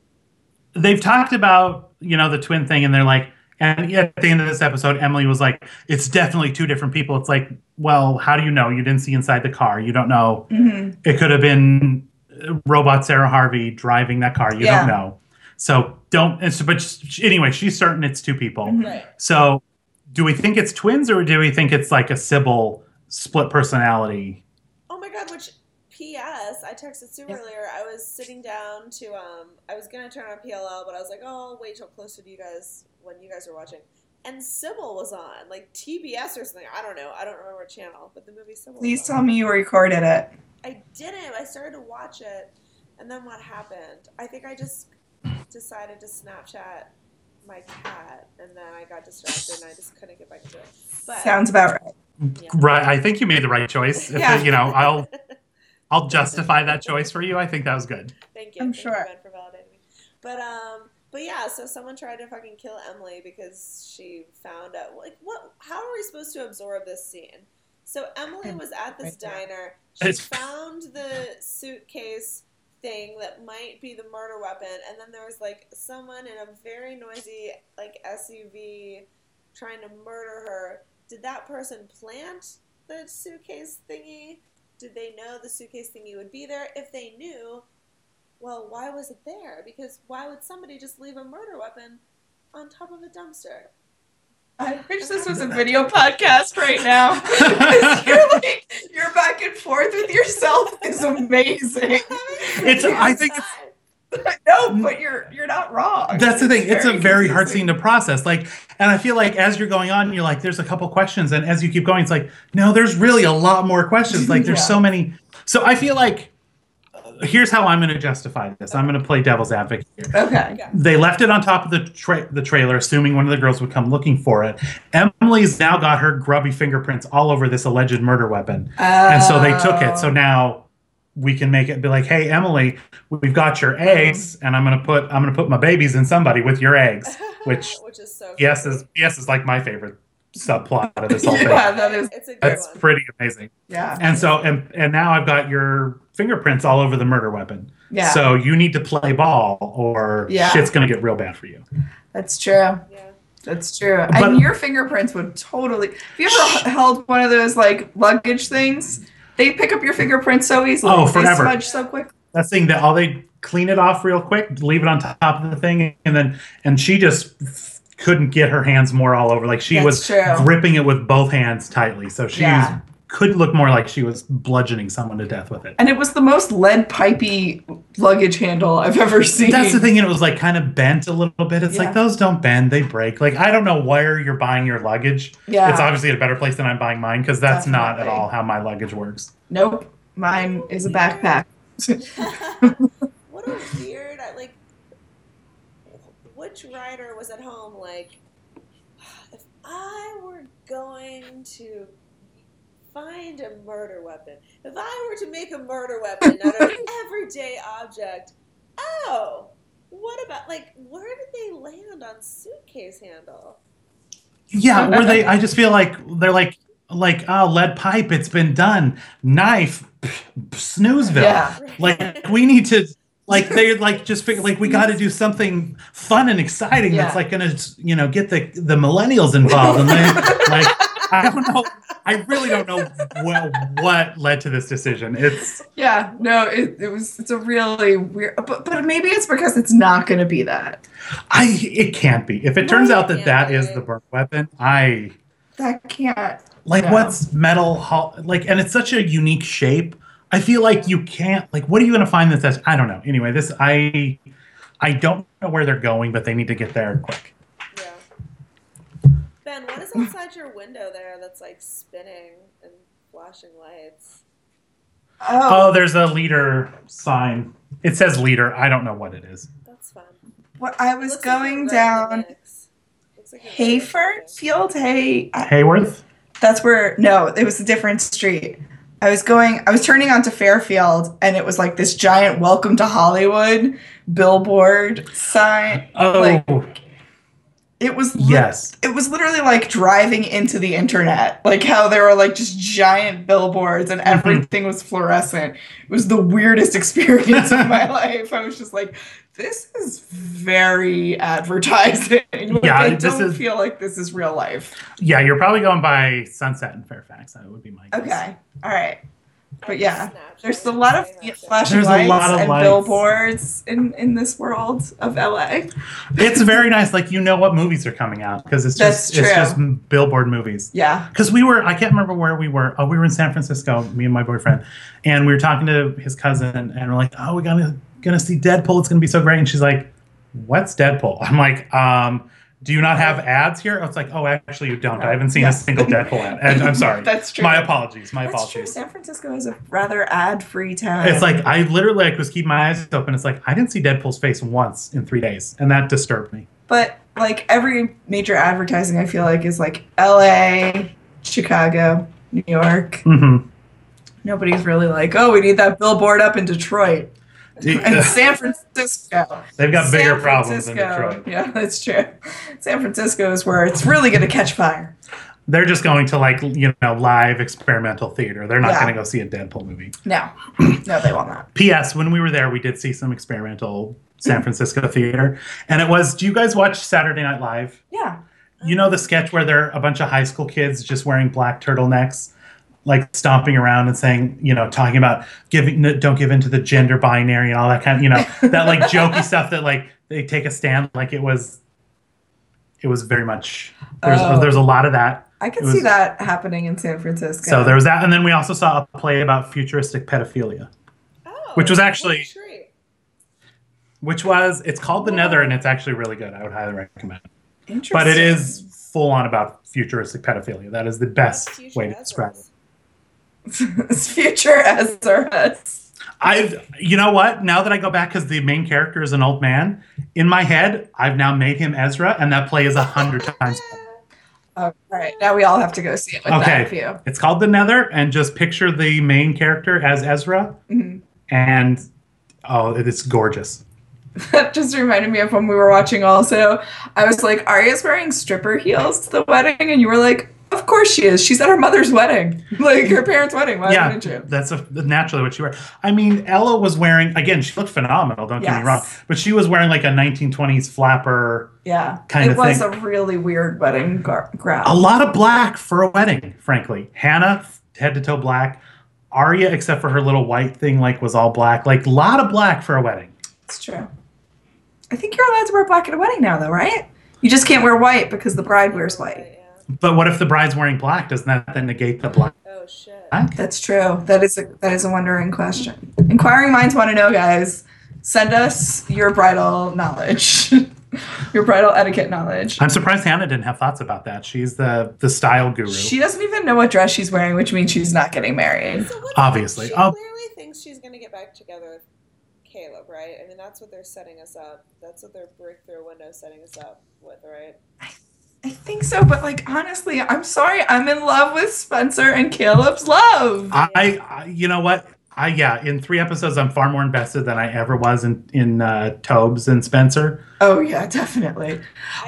they've talked about you know the twin thing and they're like and at the end of this episode emily was like it's definitely two different people it's like well how do you know you didn't see inside the car you don't know
Mhm.
it could have been uh, robot sarah harvey driving that car you
Yeah.
don't know so don't it's, but sh- anyway she's certain it's two people
Mm-hmm.
Right.
so do we think it's twins or do we think it's like a sybil split personality
Oh my god, which PS I texted Sue earlier. I was sitting down to um I was gonna turn on PLL, but I was like, Oh, I'll wait till closer to you guys when you guys were watching. And Sybil was on, like TBS or something. I don't know. I don't remember what channel, but the movie Sybil. was
Please
on.
tell me you recorded it.
I didn't. I started to watch it, and then what happened? I think I just decided to Snapchat my cat, and then I got distracted, and I just couldn't get back to it. But
Sounds about right.
Yeah.
right i think you made the right choice If,
Yeah.
you know i'll
[LAUGHS]
i'll justify that choice for you i think that was good
Thank you.
I'm
Thank
sure.
you, Ben, for validating me. But um, but yeah. So someone tried to fucking kill Emily because she found out. Like, what? How are we supposed to absorb this scene? So Emily was at this diner. She
It's-
found the suitcase thing that might be the murder weapon, and then there was like someone in a very noisy like SUV trying to murder her. Did that person plant the suitcase thingy? Did they know the suitcase thingy would be there? If they knew, well, why was it there? Because why would somebody just leave a murder weapon on top of a dumpster?
I wish this was a video podcast right [LAUGHS] now. 'Cause you're like your back and forth with yourself
[LAUGHS]
is amazing.
It's- I think it's-
no, but you're you're not wrong.
That's the thing. It's a very hard
confusing.
scene to process. Like, and I feel like as you're going on, you're like, there's a couple questions, and as you keep going, it's like, no, there's really a lot more questions. Like, there's
Yeah.
so many. So I feel like uh, here's how I'm going to justify this. I'm going to play devil's advocate. Here.
Okay.
They left it on top of the tra- the trailer, assuming one of the girls would come looking for it. Emily's now got her grubby fingerprints all over this alleged murder weapon and so they took it. So
Uh.
now we can make it be like, "Hey, Emily, we've got your
Uh-huh.
eggs, and I'm gonna put I'm gonna put my babies in somebody with your
[LAUGHS]
eggs." Which
which is so
yes is yes is like my favorite subplot of this whole
[LAUGHS] Yeah.
thing.
that is-
It's a good
That's
one.
pretty amazing.
yeah,
And so and and now I've got your fingerprints all over the murder weapon.
yeah,
So you need to play ball, or
Yeah.
shit's gonna get real bad for you.
that's true.
yeah.
That's true.
But-
and your fingerprints would totally. If you ever h- held one of those like luggage things, they pick up your fingerprints so easily.
Oh,
They
forever.
smudge so quick.
That's the thing that all they clean it off real quick, leave it on top of the thing, and then and she just f- couldn't get her hands more all over. Like she
That's
was
true.
gripping it with both hands tightly, so she
Yeah.
could look more like she was bludgeoning someone to death with it.
And it was the most lead pipey luggage handle I've ever seen.
That's the thing, and it was like kind of bent a little bit. It's
Yeah.
like those don't bend; they break. Like I don't know where you're buying your luggage.
Yeah.
it's obviously at a better place than I'm buying mine because that's not at
Definitely.
all how my luggage works.
Nope. Mine is
[LAUGHS]
a backpack.
what a weird I, like which writer was at home like, if I were going to find a murder weapon, if I were to make a murder weapon out of everyday object, oh, what about like where did they land on suitcase handle?
[LAUGHS]
Yeah, where they I just feel like they're like like uh lead pipe, it's been done. Knife pff, snoozeville.
Yeah.
Like we need to like they're like just figure like we gotta do something fun and exciting that's
Yeah.
like gonna you know get the the millennials involved and then like I don't know I really don't know well what led to this decision. It's
Yeah, no, it, it was it's a really weird but but maybe it's because it's not gonna be that.
I it can't be. If it turns out that that is
Yeah.
the birth weapon, I
That can't
like
Yeah.
what's metal hol- like and it's such a unique shape i feel like you can't like what are you going to find that that's i don't know anyway this i i don't know where they're going but they need to get there quick
Yeah. Ben, what is outside your window there that's like spinning and flashing lights?
Oh,
oh there's a leader sign it says leader i don't know what it is
That's fun.
what I was
Looks like a
going
red
down
mix. Looks like a red
Hayford
mix.
Field Hay I-
hayworth
That's where no, it was a different street. I was going I was turning onto Fairfield and it was like this giant welcome to Hollywood billboard sign.
oh
Like, it was lit-
yes
it was literally like driving into the internet. Like how there were like just giant billboards and
Mm-hmm.
everything was fluorescent. It was the weirdest [LAUGHS] experience
[LAUGHS]
of my life. I was just like, this is very advertising. [LAUGHS] Like,
Yeah,
I
this
don't
is-
feel like this is real life.
yeah you're probably going by sunset and fairfax that would be my guess.
Okay. All right. But
just
yeah,
snapped
there's
it.
a lot of
Yeah.
flashing
There's a
lights
lot of
and
lights.
billboards in, in this world of LA.
it's very nice like you know what movies are coming out because it's
That's
just it's
true.
just billboard movies
Yeah.
because we were i can't remember where we were oh we were in san francisco me and my boyfriend and we were talking to his cousin and we're like oh we're gonna gonna see deadpool it's gonna be so great and she's like what's deadpool i'm like um do you not have ads here it's like oh actually you don't i haven't seen
Yeah.
a single deadpool ad and i'm sorry
[LAUGHS] That's true.
my apologies my
That's true.
apologies
San Francisco is a rather ad free town.
it's like i literally like was keeping my eyes open it's like i didn't see deadpool's face once in three days and that disturbed me
But like every major advertising, I feel like is like L.A., Chicago, New York.
hmm
[LAUGHS] Nobody's really like, oh, we need that billboard up in Detroit
[LAUGHS]
and San Francisco.
they've got
San
bigger problems in
Francisco.
detroit
[LAUGHS] Yeah, that's true. San Francisco is where it's really going to catch fire.
they're just going to like you know live experimental theater. They're not
Yeah.
going to go see a Deadpool movie. [CLEARS THROAT]
No, no, they will not.
P.S. When we were there, we did see some experimental
Mm.
San Francisco theater, and it was. Do you guys watch Saturday Night Live?
Yeah.
You know the sketch where they're a bunch of high school kids just wearing black turtlenecks, like stomping around and saying, you know, talking about giving, n- don't give in to the gender binary and all that kind of, you
[LAUGHS]
know, that like jokey stuff that like they take a stand. Like it was, it was very much. There's
Oh.
there's a lot of that.
I could
It was-
see that happening in San Francisco.
So there was that, and then we also saw a play about futuristic pedophilia,
Oh,
Which was
what a
actually-
treat.
which was it's called The Nether, and it's actually really good. I would highly recommend. it.
Interesting.
But it is full on about futuristic pedophilia. That is the
That's
best
future
way to
Ezra's.
describe it.
[LAUGHS] it's future SRS.
I've, you know what? Now that I go back, because the main character is an old man, in my head, I've now made him Ezra, and that play is a hundred times. better.
All right, now we all have to go see it with
Okay.
that view.
It's called The Nether, and just picture the main character as Ezra,
Mhm.
and oh, it's gorgeous.
That [LAUGHS] just reminded me of when we were watching. Also, I was like, "Arya's wearing stripper heels to the wedding," and you were like, "Of course she is. She's at her mother's wedding, [LAUGHS] like her parents' wedding. Why
yeah,
wouldn't you?"
that's a, naturally what she wore. I mean, Ella was wearing again. She looked phenomenal. Don't get me wrong,
Yes.
but she was wearing like a 1920s flapper.
Yeah,
Kind
it
of
was
thing. Oh.
a really weird wedding gar- crowd.
A lot of black for a wedding, frankly. Hannah head to toe black. Arya, except for her little white thing, like was all black. Like a lot of black for a wedding.
It's true. I think you're allowed to wear black at a wedding now, though, right? You just can't wear white because the bride wears white.
Yeah.
But what if the bride's wearing black? Doesn't that then negate the black?
Oh shit.
That's true. That is a that is a wondering question. Inquiring minds want to know, guys. Send us your bridal knowledge, [LAUGHS] your bridal etiquette knowledge.
I'm surprised Hannah didn't have thoughts about that. She's the the style guru.
She doesn't even know what dress she's wearing, which means she's not getting married.
So what
Obviously.
She
Oh.
clearly thinks she's gonna get back together with Caleb, right? I mean, that's what they're setting us up. That's what their breakthrough window is setting us up with, right?
I think so, but like honestly, I'm sorry. I'm in love with Spencer and Caleb's love.
I, I you know what? I yeah, in three episodes, I'm far more invested than I ever was in in uh, Tobes and
[LAUGHS]
Spencer.
Oh yeah, definitely.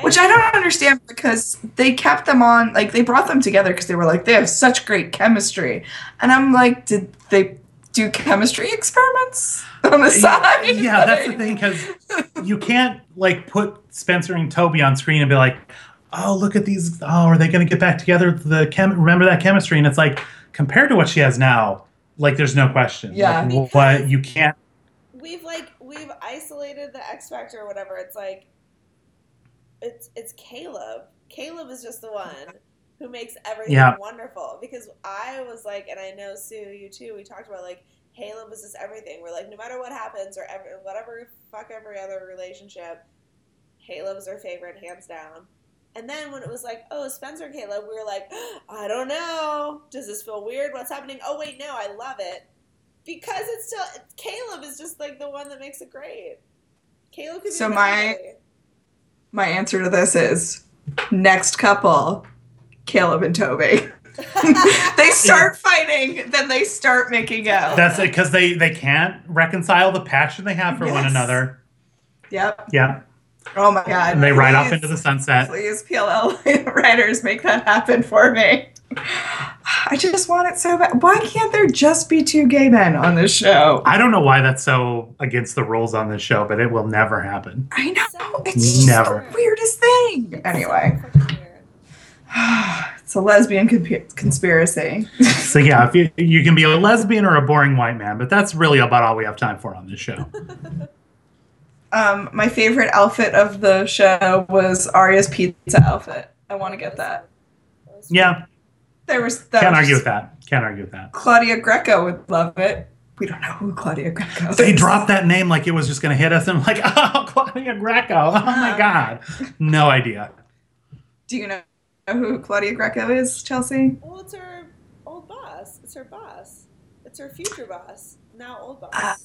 Which I don't understand because they kept them on, like they brought them together because they were like they have such great chemistry, and I'm like, did they do chemistry experiments on the side?
Yeah, that's the thing because you can't like put Spencer and Toby on screen and be like, oh, look at these. Oh, are they going to get back together? The chem- remember that chemistry, and it's like compared to what she has now, like there's no question.
Yeah.
like, what you can't.
We've like we've isolated the X Factor or whatever. It's like it's it's Caleb. Caleb is just the one who makes everything
Yeah.
wonderful. Because I was like, and I know Sue, you too. We talked about like Caleb is just everything. We're like, no matter what happens or ever, whatever, fuck every other relationship. Caleb's our favorite, hands down. And then when it was like, oh, Spencer and Caleb, we were like, [GASPS] I don't know. Does this feel weird? What's happening? Oh wait, no, I love it because it's still Caleb is just like the one that makes it great. Caleb could be
So my-
anybody.
My answer to this is next couple, Caleb and Toby. [LAUGHS]
[LAUGHS]
they start fighting, then they start making out.
That's it because they they can't reconcile the passion they have for one
Yes.
another.
yep.
Yeah,
Oh my god.
and they ride off
Please,
into the sunset.
Please, PLL [LAUGHS] writers, make that happen for me. I just want it so bad. Why can't there just be two gay men on this show?
I don't know why that's so against the rules on this show, but it will never happen.
I know. It's
Never.
just the weirdest thing. Anyway,
So fucking weird.
it's a lesbian comp- conspiracy. [LAUGHS]
So yeah, if you you can be a lesbian or a boring white man, but that's really about all we have time for on this show.
Um, my favorite outfit of the show was Arya's pizza outfit. I want to get that.
That was
Yeah,
There was that
can't
was
argue
just-
with that. Can't argue with that.
Claudia Greco would love it. We don't know who Claudia Greco is.
They dropped that name like it was just going to hit us, and I'm like, [LAUGHS] oh, Claudia Greco. Oh
Uh-huh.
my god, no idea.
Do you know who Claudia Greco is, Chelsea?
Well, it's her old boss. It's her boss. It's her future boss, now old boss.
Ah,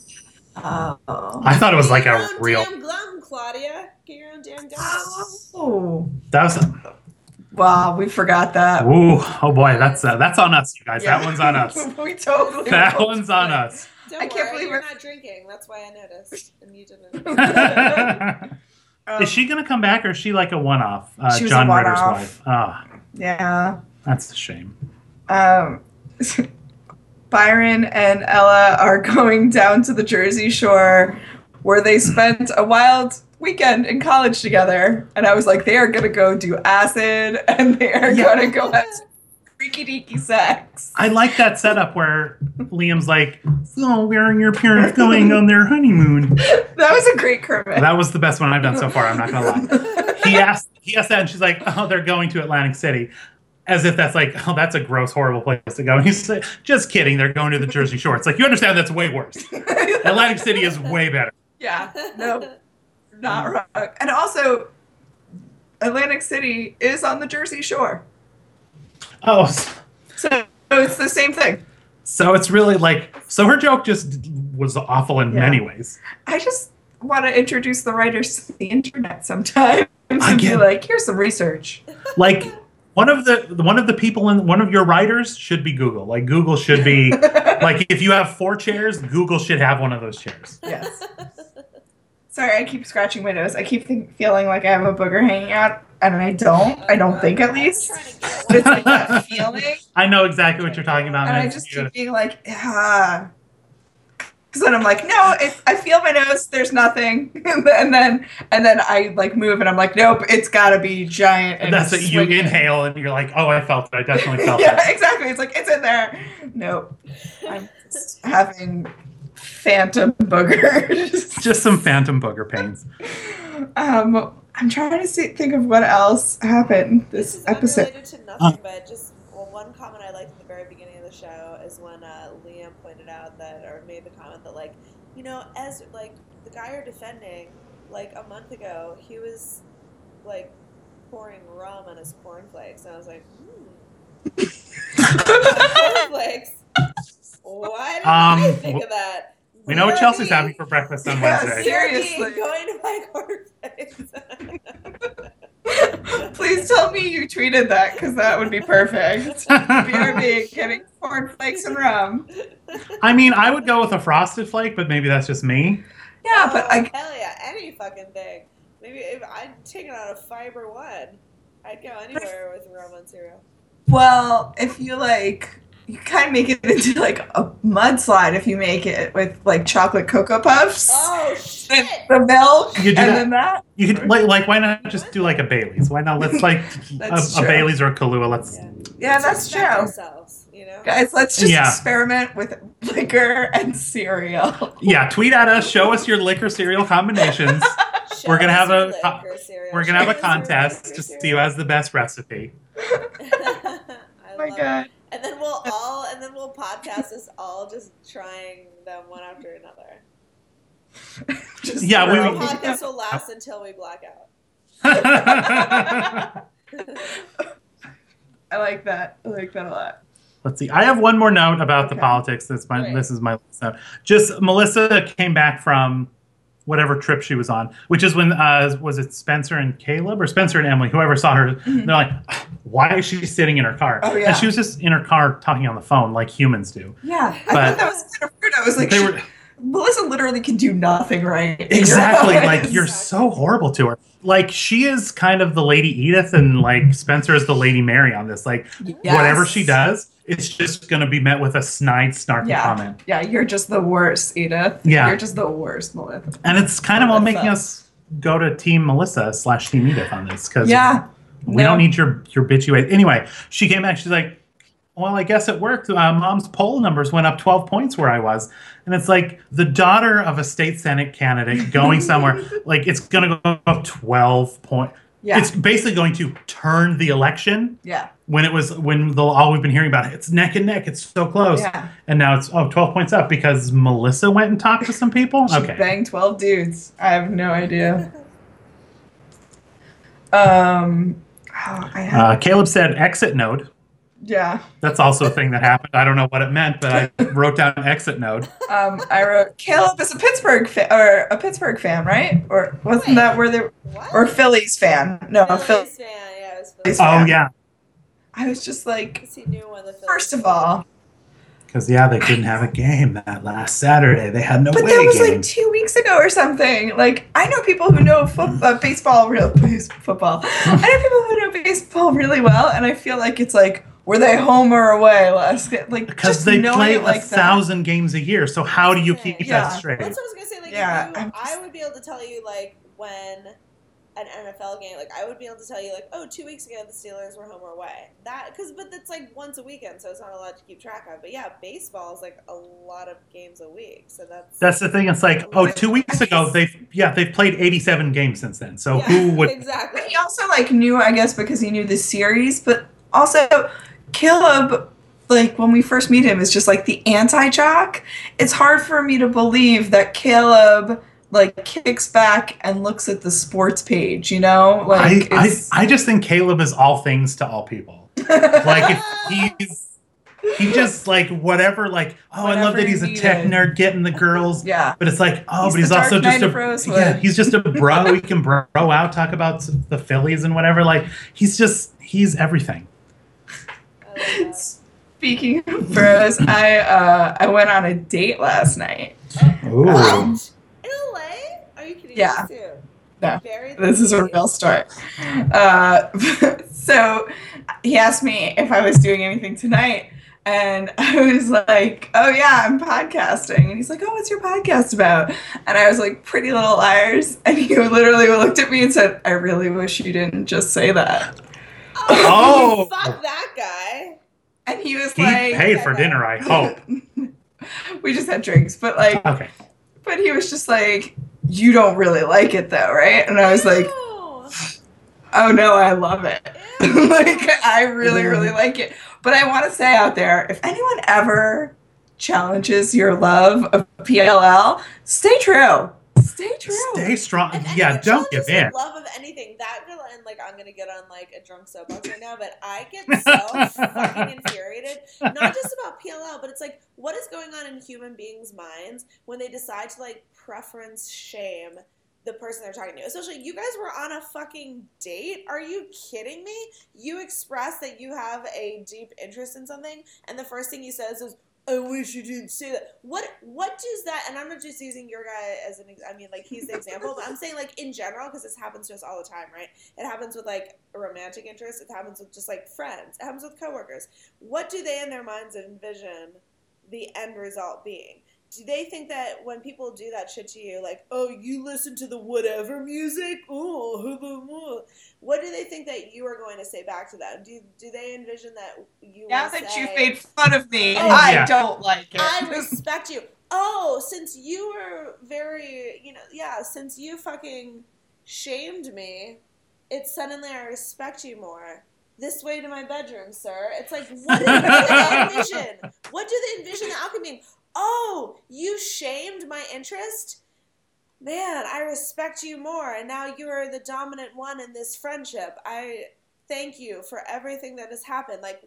Oh.
I thought it was
Get
like
your
a
own
real.
damn glum, Claudia. Get your own
[GASPS]
damn glum.
Oh.
That was.
Wow, we forgot that.
Ooh, oh boy, that's uh, that's on us, you guys.
Yeah.
That one's on us.
[LAUGHS] we totally.
That one's on
[LAUGHS]
us. [LAUGHS]
Don't
I
worry,
can't believe
you're
it.
not drinking. That's why I noticed, and you didn't.
Um,
is she gonna come back, or is she like a one-off? Uh,
She was a
John Ritter's
one-off.
wife. Ah,
Um, Yeah.
that's a shame.
Um, [LAUGHS] Byron and Ella are going down to the Jersey Shore where they spent a wild weekend in college together. And I was like, they are going to go do acid [LAUGHS] and they are going to go have freaky deaky sex.
I like that setup where Liam's like, "So where are your parents going on their honeymoon?"
That was a great Kermit.
That was the best one I've done so far. I'm not gonna lie.
[LAUGHS]
[LAUGHS] He asked, he asked that, and she's like, "Oh, they're going to Atlantic City." As if that's like, oh, that's a gross, horrible place to go. And he's like, just kidding. They're going to the Jersey Shore. It's like, you understand that's way worse. Atlantic City is way better.
yeah. No, not wrong. And also, Atlantic City is on the Jersey Shore.
Oh, s-
So it's the same thing.
so it's really like, so her joke just was awful in
Yeah.
many ways.
I just want to introduce the writers to the internet sometime
I
and be
get-
like, here's some research.
like one of the one of the people in one of your writers should be Google. Like Google should be like if you have four chairs, Google should have one of those chairs.
Yes. Sorry, I keep scratching my nose. I keep think, feeling like I have a booger hanging out, and I don't. I don't think, at least.
I'm trying to get
But it's like that feeling,
[LAUGHS] I know exactly what you're talking about.
and I
it's
just
you.
keep being like, ah. Because then I'm like, no, it's, I feel my nose. There's nothing, [LAUGHS] and then and then I like move, and I'm like, nope, it's got to be giant. And
that's it. You
swinging.
inhale and you're like, oh, I felt it. I definitely felt
[LAUGHS] yeah,
it.
exactly. It's like it's in there. Nope. I'm just having phantom boogers. [LAUGHS]
Just some phantom booger pains.
um, I'm trying to see, think of what else happened
This
this
is
episode.
unrelated to
Uh.
nothing, but just well, one comment I liked at the very beginning of the show is when uh, Liam pointed out that, or made the comment that, like, you know, as like the guy you're defending, like a month ago, he was like pouring rum on his cornflakes, and I was like, hmm, [LAUGHS] cornflakes. Why didn't I
Um,
think of that?
We know what Chelsea's having for breakfast on
Yes.
Wednesday.
Seriously.
Seriously, going to my [LAUGHS] corpse.
[LAUGHS] Please tell me you tweeted that because that would be perfect. [LAUGHS]
[LAUGHS]
BRB, getting cornflakes and rum.
I mean, I would go with a frosted flake, but maybe that's just me.
Yeah, but I,
hell yeah, any fucking thing. Maybe if I'd take it on a fiber one. I'd go anywhere with rum and cereal.
well, if you like, you kind of make it into like a mudslide if you make it with like chocolate cocoa puffs,
Oh shit!
the milk,
You do
and
that.
then that.
You could like, like, why not just do like a Bailey's? Why not let's like a,
[LAUGHS] That's
a
true.
Bailey's or a Kahlua? Let's
Yeah.
Yeah, that's
Respect
true.
Ourselves, you know.
Guys, let's just
Yeah.
experiment with liquor and cereal.
yeah. Tweet at us. Show us your liquor cereal combinations.
Show
We're gonna
us
have
your
a-
liquor cereal.
We're gonna have
Show
a
us your
contest
liquor
to see who
cereal.
has the best recipe.
[LAUGHS] I
Oh my
love it.
god.
And then we'll all and then we'll podcast us all just trying them one after another.
Just
Yeah, we-
Our
throw-
podcast will last until we black out.
[LAUGHS] let's
I like that. I like that a lot.
see. I have one more note about the
Okay.
politics. That's my.
Great.
This is my last note. Just Melissa came back from whatever trip she was on, which is when uh, was it Spencer and Caleb or Spencer and Emily, whoever saw her.
Mm-hmm.
They're like, why is she sitting in her car?
Oh, yeah.
And she was just in her car talking on the phone like humans do.
Yeah, I
But-
thought that was kind of weird. I was like,
they
she-
were.
Melissa literally can do nothing right.
Exactly.
You're
Like you're so horrible to her. Like she is kind of the Lady Edith, and like Spencer is the Lady Mary on this. Like
Yes.
whatever she does, it's just going to be met with a snide, snarky
Yeah.
comment.
Yeah, you're just the worst, Edith.
Yeah.
You're just the worst, Melissa.
And it's kind of all
Melissa.
making us go to Team Melissa slash Team Edith on this because
Yeah.
we
No.
don't need your your bitchy ways. Anyway, she came back. She's like, "Well, I guess it worked. Uh, Mom's poll numbers went up twelve points where I was." And it's like the daughter of a state senate candidate going
[LAUGHS]
somewhere like it's going to go up twelve point.
Yeah.
It's basically going to turn the election
yeah.
when it was when the all we've been hearing about it. It's neck and neck. It's so close.
Yeah.
And now it's oh 12 points up because Melissa went and talked to some people.
She
Okay.
banged 12 dudes. I have no idea. Um, oh, I have,
Uh, Caleb said exit node.
yeah.
That's also a thing that happened. I don't know what it meant, but I wrote down exit
[LAUGHS]
node.
Um, I wrote Caleb is a Pittsburgh fa- or a Pittsburgh fan, right? Or wasn't that where they
What?
or Phillies fan? No,
Phillies
Phillies.
fan, yeah, it was Phillies.
Phillies fan.
Oh yeah,
I was just like,
'Cause he knew when the Phillies
first of all,
because yeah, they didn't have a game that last Saturday. They had no
But
way
that was like
game.
two weeks ago or something. Like I know people who know foot- uh, baseball real [LAUGHS] base-
[LAUGHS]
football. I know people who know baseball really well, and I feel like it's like were they home or away last ga- Like
because
just
they
knowing
play
it like
a thousand games a year. So how do you
Okay.
keep
Yeah.
that straight?
That's what I was gonna say. Like, if
Yeah,
you,
I'm
I
just-
would be able to tell you like when an NFL game, like I would be able to tell you like, oh, two weeks ago the Steelers were home or away. That because, but that's like once a weekend, so it's not a lot to keep track of. But yeah, baseball is like a lot of games a week, so that's
That's the thing. It's like oh, two weeks ago they've yeah they've played eighty-seven games since then. So
yeah,
who
[LAUGHS]
would
exactly?
[LAUGHS] But he also like knew, I guess, because he knew the series. But also, Caleb, like when we first meet him, is just like the anti-jock. It's hard for me to believe that Caleb like kicks back and looks at the sports page. You know,
I,
like
I,
[LAUGHS] it's-
I just think Caleb is all things to all people. Like if he's he just like whatever like oh I love
Whatever
that he's a
you
tech
needed.
nerd getting the girls
yeah.
but it's like oh
He's
but he's
the
also
Dark Knight
just a
of Rosewood.
yeah he's just a bro he can bro out talk about the Phillies and whatever like he's just he's everything.
I love that.
Speaking of bros, I uh, I went on a date last night. Um,
Ooh.
In LA? Are you kidding?
Yeah.
Me too?
No.
Very
This is a
lucky.
real story. Uh, [LAUGHS] so he asked me if I was doing anything tonight, and [LAUGHS] I was like, "Oh yeah, I'm podcasting." And he's like, "Oh, what's your podcast about?" And I was like, "Pretty Little Liars." And he literally looked at me and said, "I really wish you didn't just say that."
Oh,
Oh.
fuck that guy.
And he was
He
like,
paid for dinner I hope.
"We just had drinks, but like."
Okay.
But he was just like, "You don't really like it though, right?" And I was like, [LAUGHS]
Ew.
"Oh no, I love it. [LAUGHS]
Ew.
like I really really like it." But I want to say out there, if anyone ever challenges your love of PLL, stay true. Stay true.
Stay strong.
And- and
yeah,
the
don't
challenge
give
is
in.
the Love of anything that girl, and like I'm gonna get on like a drunk soapbox right now, but I get
[LAUGHS]
so fucking infuriated. Not just about PLL, but it's like what is going on in human beings' minds when they decide to like preference shame the person they're talking to. Especially you guys were on a fucking date. Are you kidding me? You express that you have a deep interest in something, and the first thing he says is. I wish you didn't say that. What what does that? And I'm not just using your guy as an. ex- I mean, like he's the example, but I'm saying like in general because this happens to us all the time, right? It happens with like romantic interests. It happens with just like friends. It happens with coworkers. What do they in their minds envision the end result being? Do they think that when people do that shit to you, like, oh, you listen to the whatever music? Ooh, hoo, boo, boo. what do they think that you are going to say back to them? Do, do they envision that you
Now
will
that
say,
you made fun of me,
Oh,
I
yeah.
don't like it. [LAUGHS]
I
[LAUGHS]
respect you. Oh, since you were very, you know, yeah, since you fucking shamed me, it's suddenly I respect you more. This way to my bedroom, sir. It's like, what do what do they envision? What do they envision the outcome being? Oh, you shamed my interest? Man, I respect you more, and now you are the dominant one in this friendship. I thank you for everything that has happened. Like,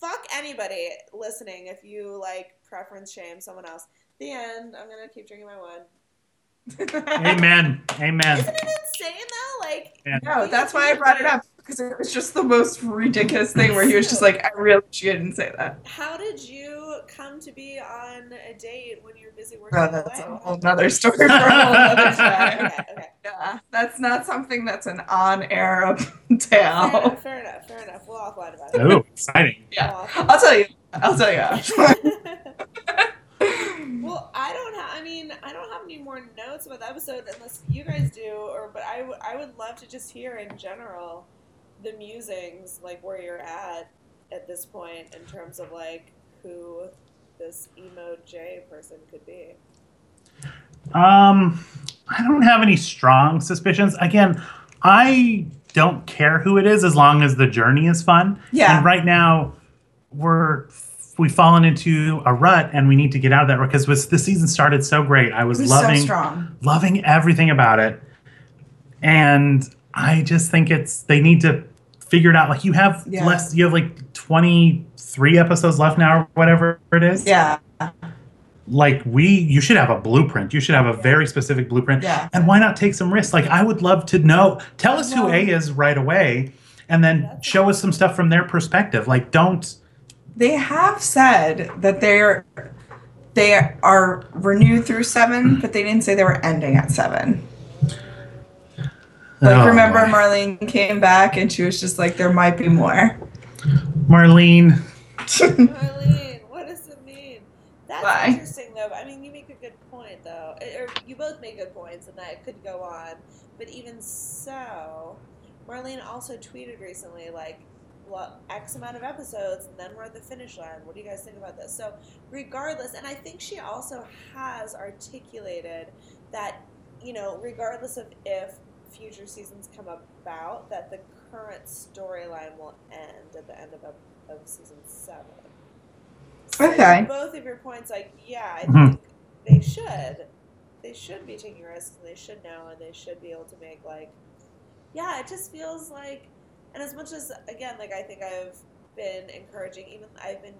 fuck anybody listening if you like preference shame someone else. The end. I'm gonna keep drinking my wine.
Amen.
Isn't
Amen.
it insane though? Like
No, that's why I brought it up because it was just the most ridiculous thing where he was [LAUGHS] just like, I really wish you didn't say that.
how did you come to be on a date when you're busy working?
Oh,
on the
that's a
wine?
whole [LAUGHS] nother story for a whole nother [LAUGHS] time.
okay, okay.
Yeah, that's not something that's an on-air [LAUGHS]
Fair
tale.
enough, fair enough, fair enough. We'll offline about it.
Oh, exciting.
yeah.
We'll offline.
I'll tell you. I'll tell [LAUGHS] you.
well, I don't have. I mean, I don't have any more notes about the episode unless you guys do. Or, but I, w- I would love to just hear in general the musings, like where you're at at this point in terms of like who this emo J person could be.
Um, I don't have any strong suspicions. Again, I don't care who it is as long as the journey is fun.
Yeah.
And right now, we're we've fallen into a rut, and we need to get out of that rut because the season started so great. I was
It was so
loving
strong.
loving everything about it, and I just think it's they need to figure it out. Like you have
Yeah.
less, you have like twenty three episodes left now, or whatever it is
Yeah.
like we you should have a blueprint you should have a very specific blueprint
Yeah.
and why not take some risks like i would love to know tell us who a is right away and then show us some stuff from their perspective like don't
They have said that they're they are renewed through seven, but they didn't say they were ending at seven. Like
Oh,
remember
boy.
Marlene came back and she was just like, There might be [LAUGHS] more.
marlene
Marlene, what does it mean? That's
Why?
interesting, though. I mean, you make a good point, though. Eh, Or you both make good points, and that it could go on. But even so, Marlene also tweeted recently, like, well, X amount of episodes, and then we're at the finish line. What do you guys think about this? So, regardless, and I think she also has articulated that, you know, regardless of if future seasons come about, that the current storyline will end at the end of a of season seven. So
Okay.
Both of your points, like, yeah, I
Mhm.
think they should. They should be taking risks and they should know and they should be able to make, like, yeah, it just feels like, and as much as, again, like, I think I've been encouraging, even I've been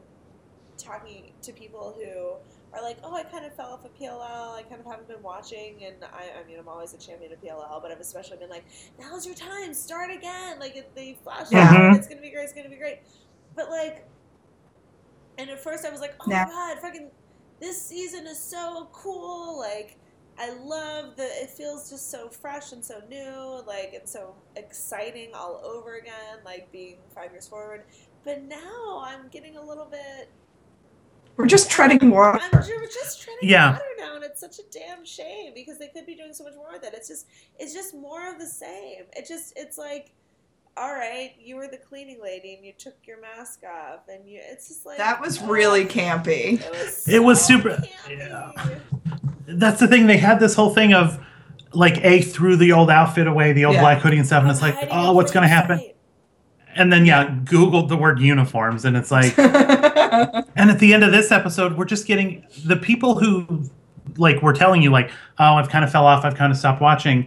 talking to people who are like, oh, I kind of fell off of PLL. I kind of haven't been watching. And I, I mean, I'm always a champion of PLL, but I've especially been like, now's your time. Start again. Like, it, they flash
Yeah.
forward, It's going to be great. It's going to be great. But, like, and at first I was like, oh,
Yeah.
my God, fucking, this season is so cool. Like, I love that it feels just so fresh and so new, like, and so exciting all over again, like being five years forward. But now I'm getting a little bit
We're just treading water.
I'm ju- just trying to
Yeah.
water now, and it's such a damn shame because they could be doing so much more with it. It's just, it's just more of the same. It just, it's like, all right, you were the cleaning lady and you took your mask off, and you. It's just like oh,
That was really campy. [LAUGHS]
It was,
It was
so
super-
campy.
yeah. that's the thing they had this whole thing of like a threw the old outfit away the old
Yeah.
black hoodie and stuff and it's like
Hiding
oh
in
what's going to
plain
happen
sight.
and then yeah googled the word uniforms and it's like
yeah.
And at the end of this episode, we're just getting the people who like were telling you like, oh, I've kind of fell off, I've kind of stopped watching,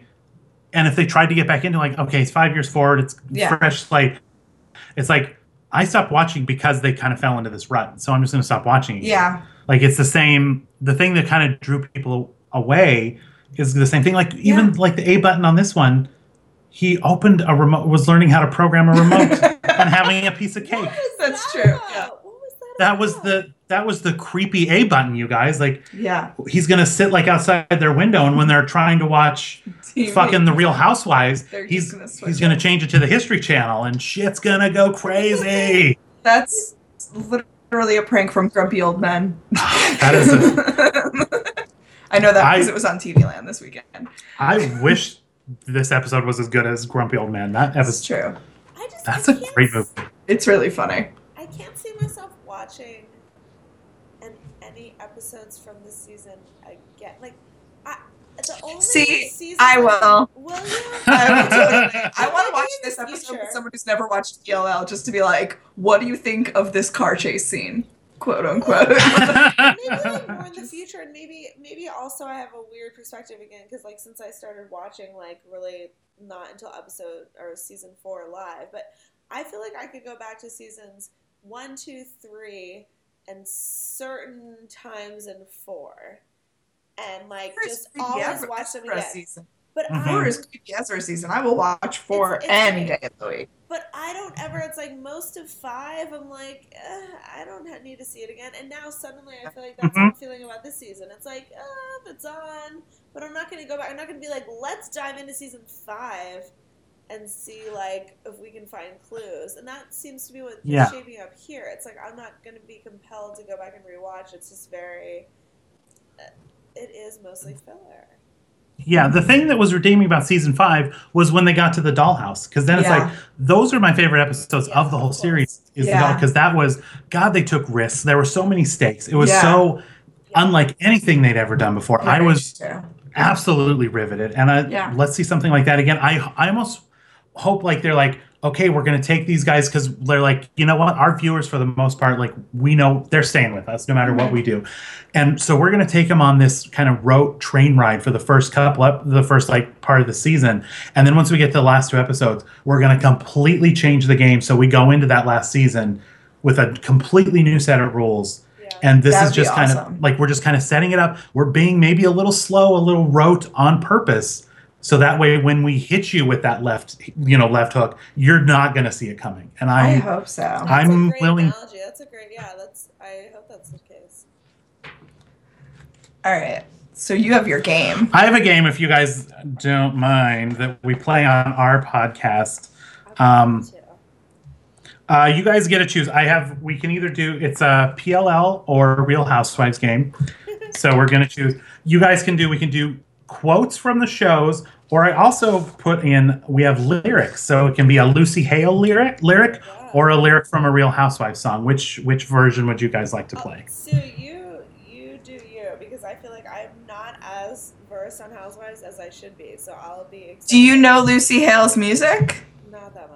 and if they tried to get back into like, okay, it's five years forward, it's
Yeah.
fresh slate, it's like I stopped watching because they kind of fell into this rut, so I'm just going to stop watching. again.
Yeah.
like it's the same. The thing that kind of drew people away is the same thing. Like even like the A button on this one, he opened a remote, was learning how to program a
[LAUGHS]
remote and having a piece of cake.
That's
that
true.
about?
Yeah.
What was that?
That was
about?
the that was the creepy A button, you guys. Like
Yeah.
he's gonna sit like outside their window, and when they're trying to watch
TV.
fucking The Real Housewives,
They're just
he's
gonna switch
he's gonna change it to the History Channel, and shit's gonna go crazy.
That's literally a prank from Grumpy Old Men.
that is a
[LAUGHS] I know that
I-
because it was on TV Land this weekend.
I wish this episode was as good as Grumpy Old Man. That
That's
episode,
true.
I just,
that's
I
a
can't
great movie.
It's really funny.
I can't see myself watching an, any episodes from this season again. Like, I, the only
See,
season
I will. [LAUGHS]
Will you?
I would
[LAUGHS]
totally- I want
Maybe
to watch
in
this
the
episode
future.
with someone who's never watched ELL just to be like, what do you think of this car chase scene?
[LAUGHS]
Quote unquote.
maybe like
[LAUGHS]
more in the future and maybe maybe also i have a weird perspective again because like since i started watching like really not until episode or season four live but i feel like i could go back to seasons one two three and certain times in four and like just always watch them again
season.
but
Mhm.
Four
i
is creepy Ezra season. I will watch four
It's- it's
any
great.
day of the week.
But I don't ever. It's like most of five. I'm like, eh, I don't ha- need to see it again. And now suddenly, I feel like that's
Mm-hmm.
how I'm feeling about this season. It's like, eh, if it's on, but I'm not gonna go back. I'm not gonna be like, let's dive into season five and see like if we can find clues. And that seems to be what's
Yeah.
shaping up here. It's like I'm not gonna be compelled to go back and rewatch. It's just very. eh, It is mostly filler.
Yeah, the thing that was redeeming about season five was when they got to the dollhouse, because then it's
Yeah.
like those are my favorite episodes
Yeah,
of the whole
of course.
series. Is the
Yeah.
doll because that was God? They took risks. There were so many stakes. It was
Yeah.
so unlike anything they'd ever done before. I was
Yeah.
absolutely riveted and I,
Yeah.
let's see something like that again i i almost hope like they're like okay we're gonna take these guys because they're like you know what our viewers for the most part like we know they're staying with us no matter what we do and so we're gonna take them on this kind of road train ride for the first couple up the first like part of the season and then once we get to the last two episodes we're gonna completely change the game so we go into that last season with a completely new set of rules
Yeah.
and this
That'd
is just
be
kind
awesome.
of like we're just kind of setting it up. We're being maybe a little slow, a little rote on purpose, so that way when we hit you with that left, you know, left hook, you're not going to see it coming. And
I
I,
hope so.
I-
That's a
I'm
great
willing-
Analogy. That's a great. Yeah. That's. I hope that's the case.
All right. So you have your game.
I have a game if you guys don't mind that we play on our podcast. Um,
too.
Uh, you guys get to choose. I have. We can either do it's a PLL or Real Housewives
[LAUGHS]
game. So we're gonna choose. You guys can do. We can do quotes from the shows, or I also put in. We have lyrics, so it can be a Lucy Hale lyric, lyric, or a lyric from a Real Housewives song. Which which version would you guys like to
Oh,
play?
Sue, you you do you because I feel like I'm not as versed on Housewives as I should be, so I'll be.
Do you
excited.
know Lucy Hale's music?
Not that much.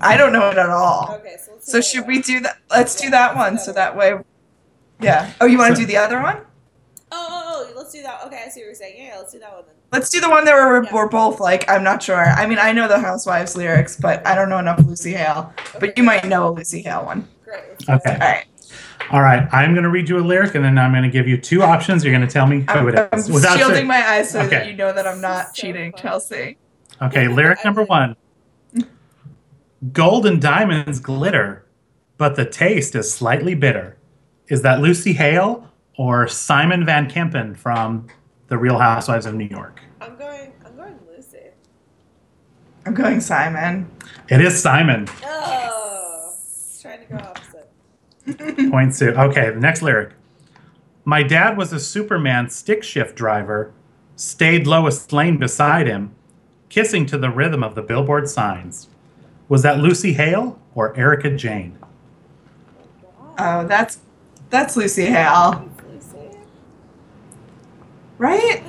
I don't know it at all.
Okay, so let's
Oh, So
do
should
that.
we do that? Let's do
Yeah,
that
let's do
one
that
so
one.
that way. Yeah. Oh, you want to
So-
do the other one?
Oh, oh, oh, let's do that. Okay, I see what you're saying. Yeah, yeah, let's do that one then.
Let's do the one that we're,
Yeah.
we're both like, I'm not sure. I mean, I know the Housewives lyrics, but I don't know enough Lucy Hale.
Okay,
But you might know a Lucy Hale one.
Great. Let's do
Okay.
All right.
All right. I'm gonna read you a lyric, and then I'm gonna give you two options. You're gonna tell me who
I'm,
it
I'm
is without
shielding
saying-
my eyes so that
Okay.
you know that I'm not
So
cheating,
funny.
Chelsea.
Okay, lyric number one. Gold and diamonds glitter, but the taste is slightly bitter. Is that Lucy Hale or Simon Van Kempen from The Real Housewives of New York?
that. I'm going. I'm going Lucy.
I'm going Simon.
It is Simon.
Oh, trying to go opposite.
Point two. Okay, the next lyric. My dad was a Superman stick shift driver, stayed Lois Lane beside him, kissing to the rhythm of the billboard signs. Was that Lucy Hale or Erica Jane?
Oh, that's that's Lucy Hale,
It's Lucy.
right?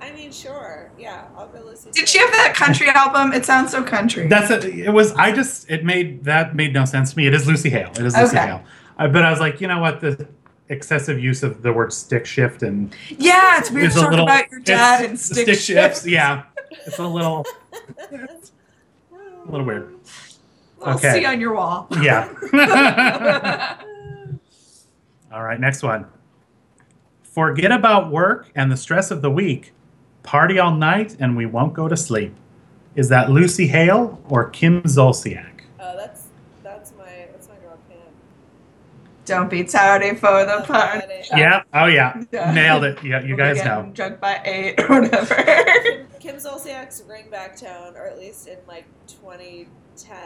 I mean, sure. Yeah, I'll go Lucy.
Did
too. [LAUGHS]
she have that country album? It sounds so country.
That's it. It was. I just. It made that made no sense to me. It is Lucy Hale. Uh, It is Lucy
Okay.
Hale. I, but I was like, you know what? The excessive use of the word stick shift and
Yeah, it's weird
is
to
a
talk
little
about your dad and stick, shifts.
Yeah, it's a little a little weird.
I'll
Okay.
see on your wall.
Yeah.
[LAUGHS]
All right, next one. Forget about work and the stress of the week. Party all night and we won't go to sleep. Is that Lucy Hale or Kim Zolciak?
Oh, that's that's my that's my girl Pam.
Don't be tardy for the party.
Yeah. Oh yeah.
Yeah. Oh
Nailed it. Yeah, you
We'll be
guys
getting
know.
Drunk by eight
[LAUGHS]
or whatever.
Kim, Kim Zolciak's ring back tone, or at least in like 2010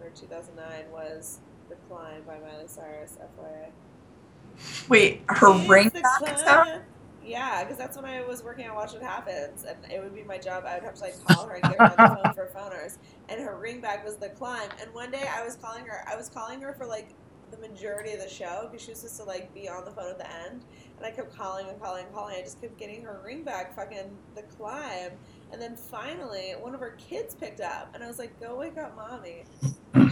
or 2009, was "The Climb" by Miley Cyrus. FYI.
Wait, her
She's
ring
the
back stuff?
climb. Yeah, because that's when I was working on Watch What Happens, and it would be my job. I would have to like call her and get her
[LAUGHS]
on the phone for phoners. And her ring back was the climb. And one day I was calling her. I was calling her for like the majority of the show because she was supposed to like be on the phone at the end. And I kept calling and calling and calling. I just kept getting her ring back, fucking the climb. And then finally, one of her kids picked up, and I was like, "Go wake up, mommy.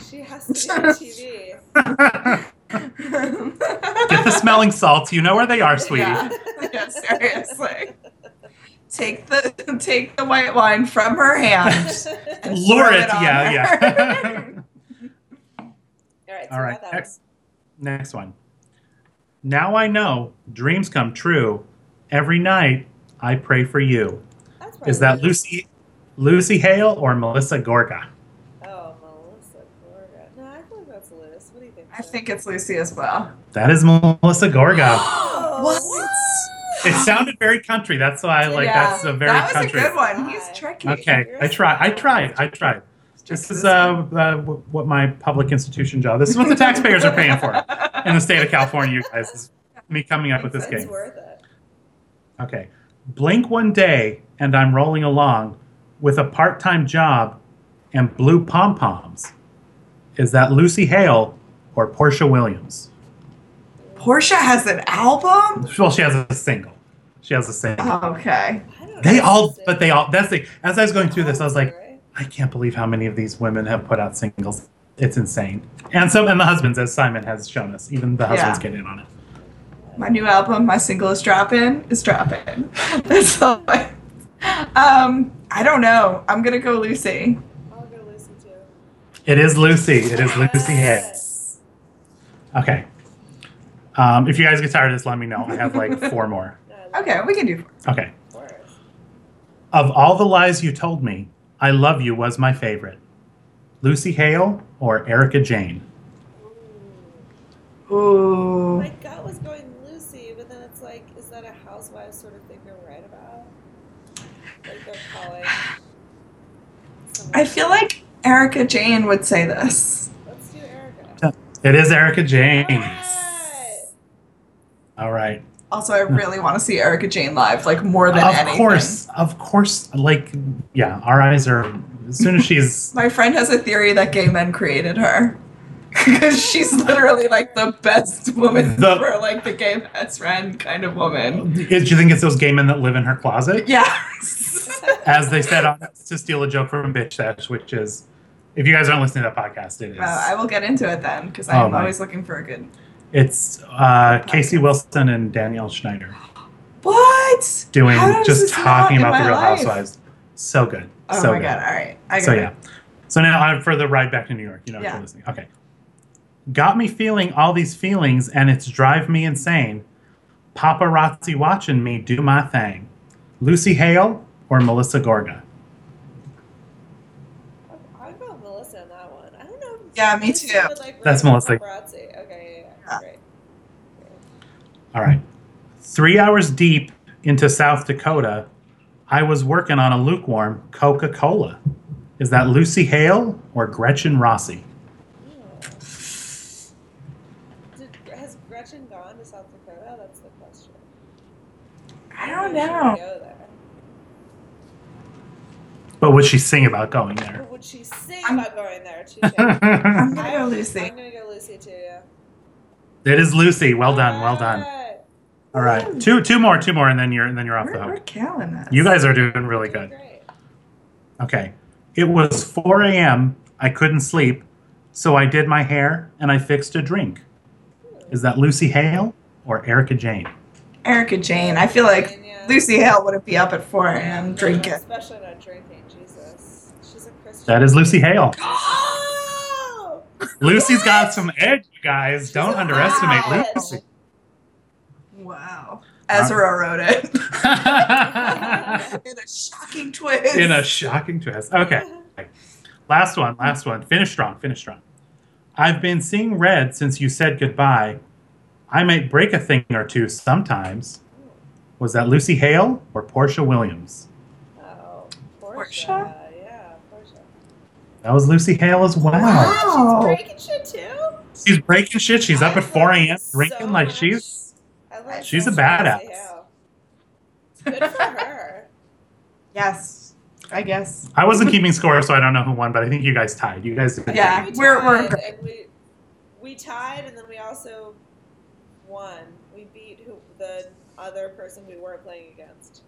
She has to be
[LAUGHS]
on [LAUGHS] TV."
[LAUGHS] Get the smelling salts. You know where they are, sweetie.
[LAUGHS] Yeah. yeah, seriously. Take the take the white wine from her hand.
[LAUGHS]
and
Lure
throw
it.
on
Yeah,
her.
yeah.
[LAUGHS]
All right, so
All right,
about that one.
next, [LAUGHS] next one. Now I know dreams come true. Every night I pray for you.
That's
Is
probably
that
it.
Lucy, Lucy Hale or Melissa Gorga?
Oh, Melissa Gorga. No, I feel like that's Liz. What do you think?
I
Liz?
think it's Lucy as
[GASPS]
well.
That is Melissa
[GASPS]
Gorga.
Oh,
What?
it sounded very country. That's why I like.
Yeah,
that's a very
that was
country.
a good one. He's tricky.
Okay, I tried. I tried. I tried. This is uh, uh, wh- what my public institution job. This is what the taxpayers are paying
[LAUGHS]
for in the state of California. You guys, This is me coming up with this
It's
game.
worth it.
Okay. Blink one day and I'm rolling along with a part time job and blue pom poms. Is that Lucy Hale or Portia Williams?
Portia has an album.
Well, she has a single. She has a
Oh,
single.
Okay.
I don't
They
know.
all,
It's
but they all, that's the, as I was going through this, I was like,
right?
I can't believe how many of these women have put out singles. It's insane. And some, and the husbands, as Simon has shown us, even the husbands get in on it.
My new album, my single is dropping. Is dropping. [LAUGHS] That's all. I, um, I don't know. I'm gonna go Lucy.
I'll go Lucy too.
It is Lucy. It is Lucy Hale. Okay. Um, if you guys get tired of this, let me know. I have like four more.
No, I love
Okay, we can do.
Okay.
Forrest.
Of all the lies you told me, I love you was my favorite. Lucy Hale or Erica Jane?
Ooh.
Ooh.
My gut was going Lucy, but then it's like, is that a housewife sort of thing they're right about? Like they're calling. someone-
I feel like Erica Jane would say this.
Let's do Erica.
It is Erica Jane.
Alright.
All right.
Also, I really want to see Erica Jane live, like more than
Hmm. of
anything.
course, of course. Like, yeah, our eyes are. As soon as she's,
My friend has a theory that gay men created her. [LAUGHS] Because she's literally like the best woman
The-
for like the gay best friend kind of woman.
do you think it's those gay men that live in her closet?
[LAUGHS] Yes. [LAUGHS]
As they said on to steal a joke from Bitch Sesh, which is, if you guys aren't listening to that podcast, it is.
Well, I will get into it then because
Oh
I'm
my.
always looking for a good.
It's uh, Casey Wilson and Danielle Schneider
What?
doing
How does
just
this
talking
not in
about the
my
Real
life?
Housewives. So good.
Oh
so
my
good.
god! All right, I got
So
it.
yeah. So now I'm for the ride back to New York. You know, if
Yeah.
you're listening. Okay. Got me feeling all these feelings, and it's drive me insane. Paparazzi watching me do my thing. Lucy Hale or Melissa Gorga?
I about Melissa on that one. I don't know. if-
Yeah, me
if she
too.
would, like,
That's
really
Melissa.
paparazzi. Okay, yeah, yeah.
Yeah.
Great.
All right. Three hours deep into South Dakota, I was working on a lukewarm Coca Cola. Is that Lucy Hale or Gretchen Rossi?
Did, has Gretchen gone to South Dakota? That's the question.
I don't
Maybe she would
know.
Go there.
But would she sing about going there? [LAUGHS]
But would she sing
I'm-
about going there?
[LAUGHS]
She should.
I'm gonna
I-
go Lucy.
I'm gonna go Lucy too. Yeah.
It is Lucy. Well done. Well done.
Alright.
All right, two two more, two more, and then you're and then you're off
We're,
the
we're
hook.
killing this.
You guys are doing really good.
Great.
Okay, it was 4 a.m. I couldn't sleep, so I did my hair and I fixed a drink. Is that Lucy Hale or Erica Jane?
Erica Jane. I feel like
Yeah.
Lucy Hale wouldn't be up at 4 a.m.
No, [GASPS]
drinking.
Especially not drinking. Jesus. She's a Christian.
That is Lucy Hale.
Oh!
Lucy's got some edge, you guys. Don't
Wow.
underestimate Lucy.
Wow. Ezra wrote it [LAUGHS] in a shocking twist.
In a shocking twist. Okay. Last one, last one. Finish strong, finish strong. I've been seeing red since you said goodbye. I might break a thing or two sometimes. Was that Lucy Hale or Portia Williams?
Oh, Portia.
Portia?
Yeah, Portia. Oh,
That was Lucy Hale as well.
She's
wow.
breaking shit too?
She's breaking shit. She's up at 4 a.m. drinking
So
like
much.
she's
I love
She's a
Portia
badass.
Hale. Good for her.
Yes. I guess.
I wasn't keeping score, so I don't know who won, but I think you guys tied. You guys did.
Yeah.
We
we're- we're-
tied, and we, we tied, and then we also won. We beat who, the other person we were playing against.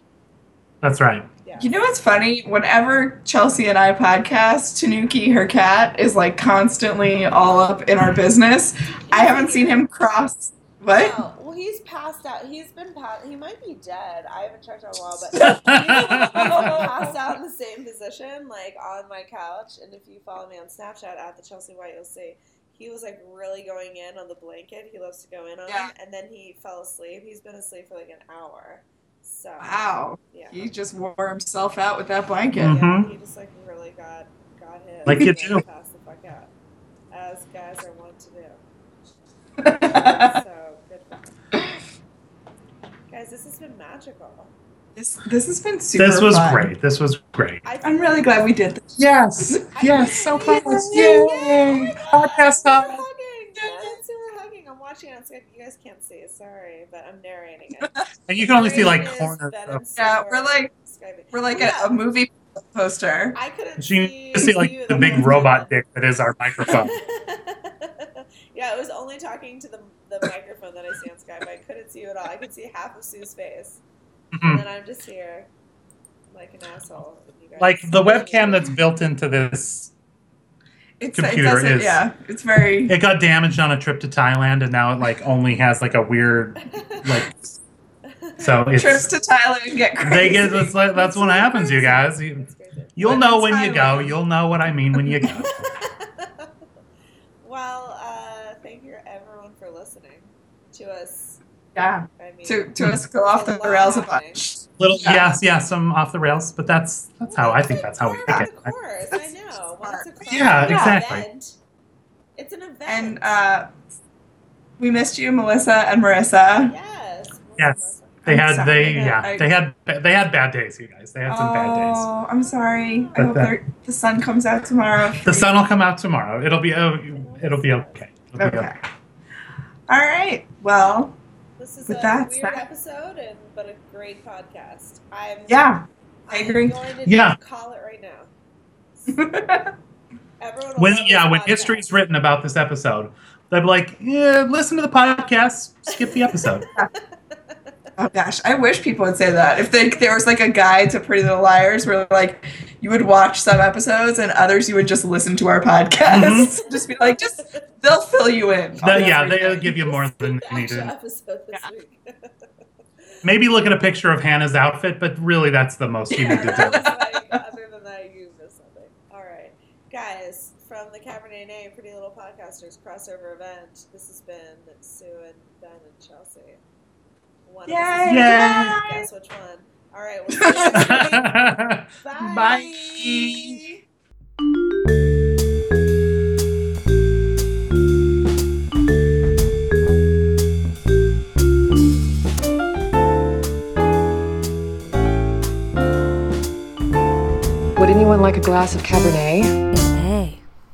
That's right.
Yeah.
You know what's funny? Whenever Chelsea and I podcast, Tanuki, her cat, is like constantly all up in our business. I haven't seen him cross. What?
No, well, he's passed out. He's been passed. He might be dead. I haven't checked in a while, but he's
[LAUGHS]
passed out in the same position, like on my couch. And if you follow me on Snapchat at the Chelsea White, you'll see he was like really going in on the blanket. He loves to go in on,
Yeah.
and then he fell asleep. He's been asleep for like an hour. So
Wow.
yeah.
He just wore himself out with that blanket.
Mm.
Yeah,
Mhm.
he just like really got got hit.
Like you
He
do.
Passed the fuck out, as guys are wont to do.
[LAUGHS]
Mm.
So good for him. Guys, this has been magical.
this, this has been super
This was
fun.
great. This was great.
I
I'm really glad we did this.
Yes. Yes.
[LAUGHS]
So close. Yay. Podcast
We're
time.
[LAUGHS]
hugging. Yes, we're hugging. I'm watching it on Skype. You guys can't see it. Sorry, but I'm narrating it.
And [LAUGHS] you can only see like
Narrating is
corners
Ben
of
and
Yeah,
Sora
we're like
describing-
we're like
Yeah,
a, a movie poster.
I couldn't
She
see,
used to see like
you
the
whole
big
time.
robot dick that is our microphone.
[LAUGHS] yeah, it was only talking to the, the microphone that I see on Skype. I couldn't see you at all. I could see half of Sue's face, and
Mhm.
then I'm just here, like an asshole. You guys-
like the webcam that's built into this,
It's,
Computer
it doesn't,
is-
yeah, it's very
it got damaged on a trip to Thailand, and now it like only has like a weird like.
[LAUGHS]
So [LAUGHS]
trips
it's
to Thailand get crazy.
they get that's, like, that's what happens, you guys. You,
It's crazy. [LAUGHS]
you'll
But
know
it's
when you go.
Thailand.
You'll know what I mean when you go.
well, uh, thank you everyone for listening to us.
yeah
I mean,
to to us go off the rails a bunch.
Little
Yeah.
yes, yes, some off the rails, but that's that's how I think that's how we
Part
pick
of
it.
the course, I know. Once a class,
Yeah,
it's an
exactly.
event. It's an event.
And uh, we missed you, Melissa and Marissa.
yes,
Yes. They
I'm
had they
sorry.
yeah
I-
they had they had bad days, you guys. They had some bad days.
oh, I'm sorry. I
But
hope
that-
they're- the sun comes out tomorrow.
The sun will come out tomorrow. It'll be oh, it'll be okay. It'll Be
Okay. All right. Well,
This is
But
a
that's
weird
that.
episode, and but a great podcast. I'm
yeah. I
I'm
agree.
going to
Yeah.
call it right now.
yeah.
Everyone. will
When
love
yeah,
this
when
podcast.
history's written about this episode, they'll be like, yeah, listen to the podcast, skip the
[LAUGHS]
episode.
Oh gosh, I wish people would say that. If they, there was like a guide to Pretty Little Liars, where like you would watch some episodes and others you would just listen to our [LAUGHS] podcast, just be like, just they'll fill you in.
That- yeah, Mm-hmm. they'll give you more than
The
you
actual
needed.
episode this week. [LAUGHS]
Maybe look at a picture of Hannah's outfit, but really that's the most you need to do.
like, other than that, you missed something. All right, guys, from the Cabernet Nay Pretty Little Podcasters crossover event. This has been Sue and Ben and Chelsea. One of us is
Yay.
Yay.
Guess which one? All right. We'll see you next week.
[LAUGHS]
Bye.
[LAUGHS]
Bye.
Would anyone like a glass of Cabernet?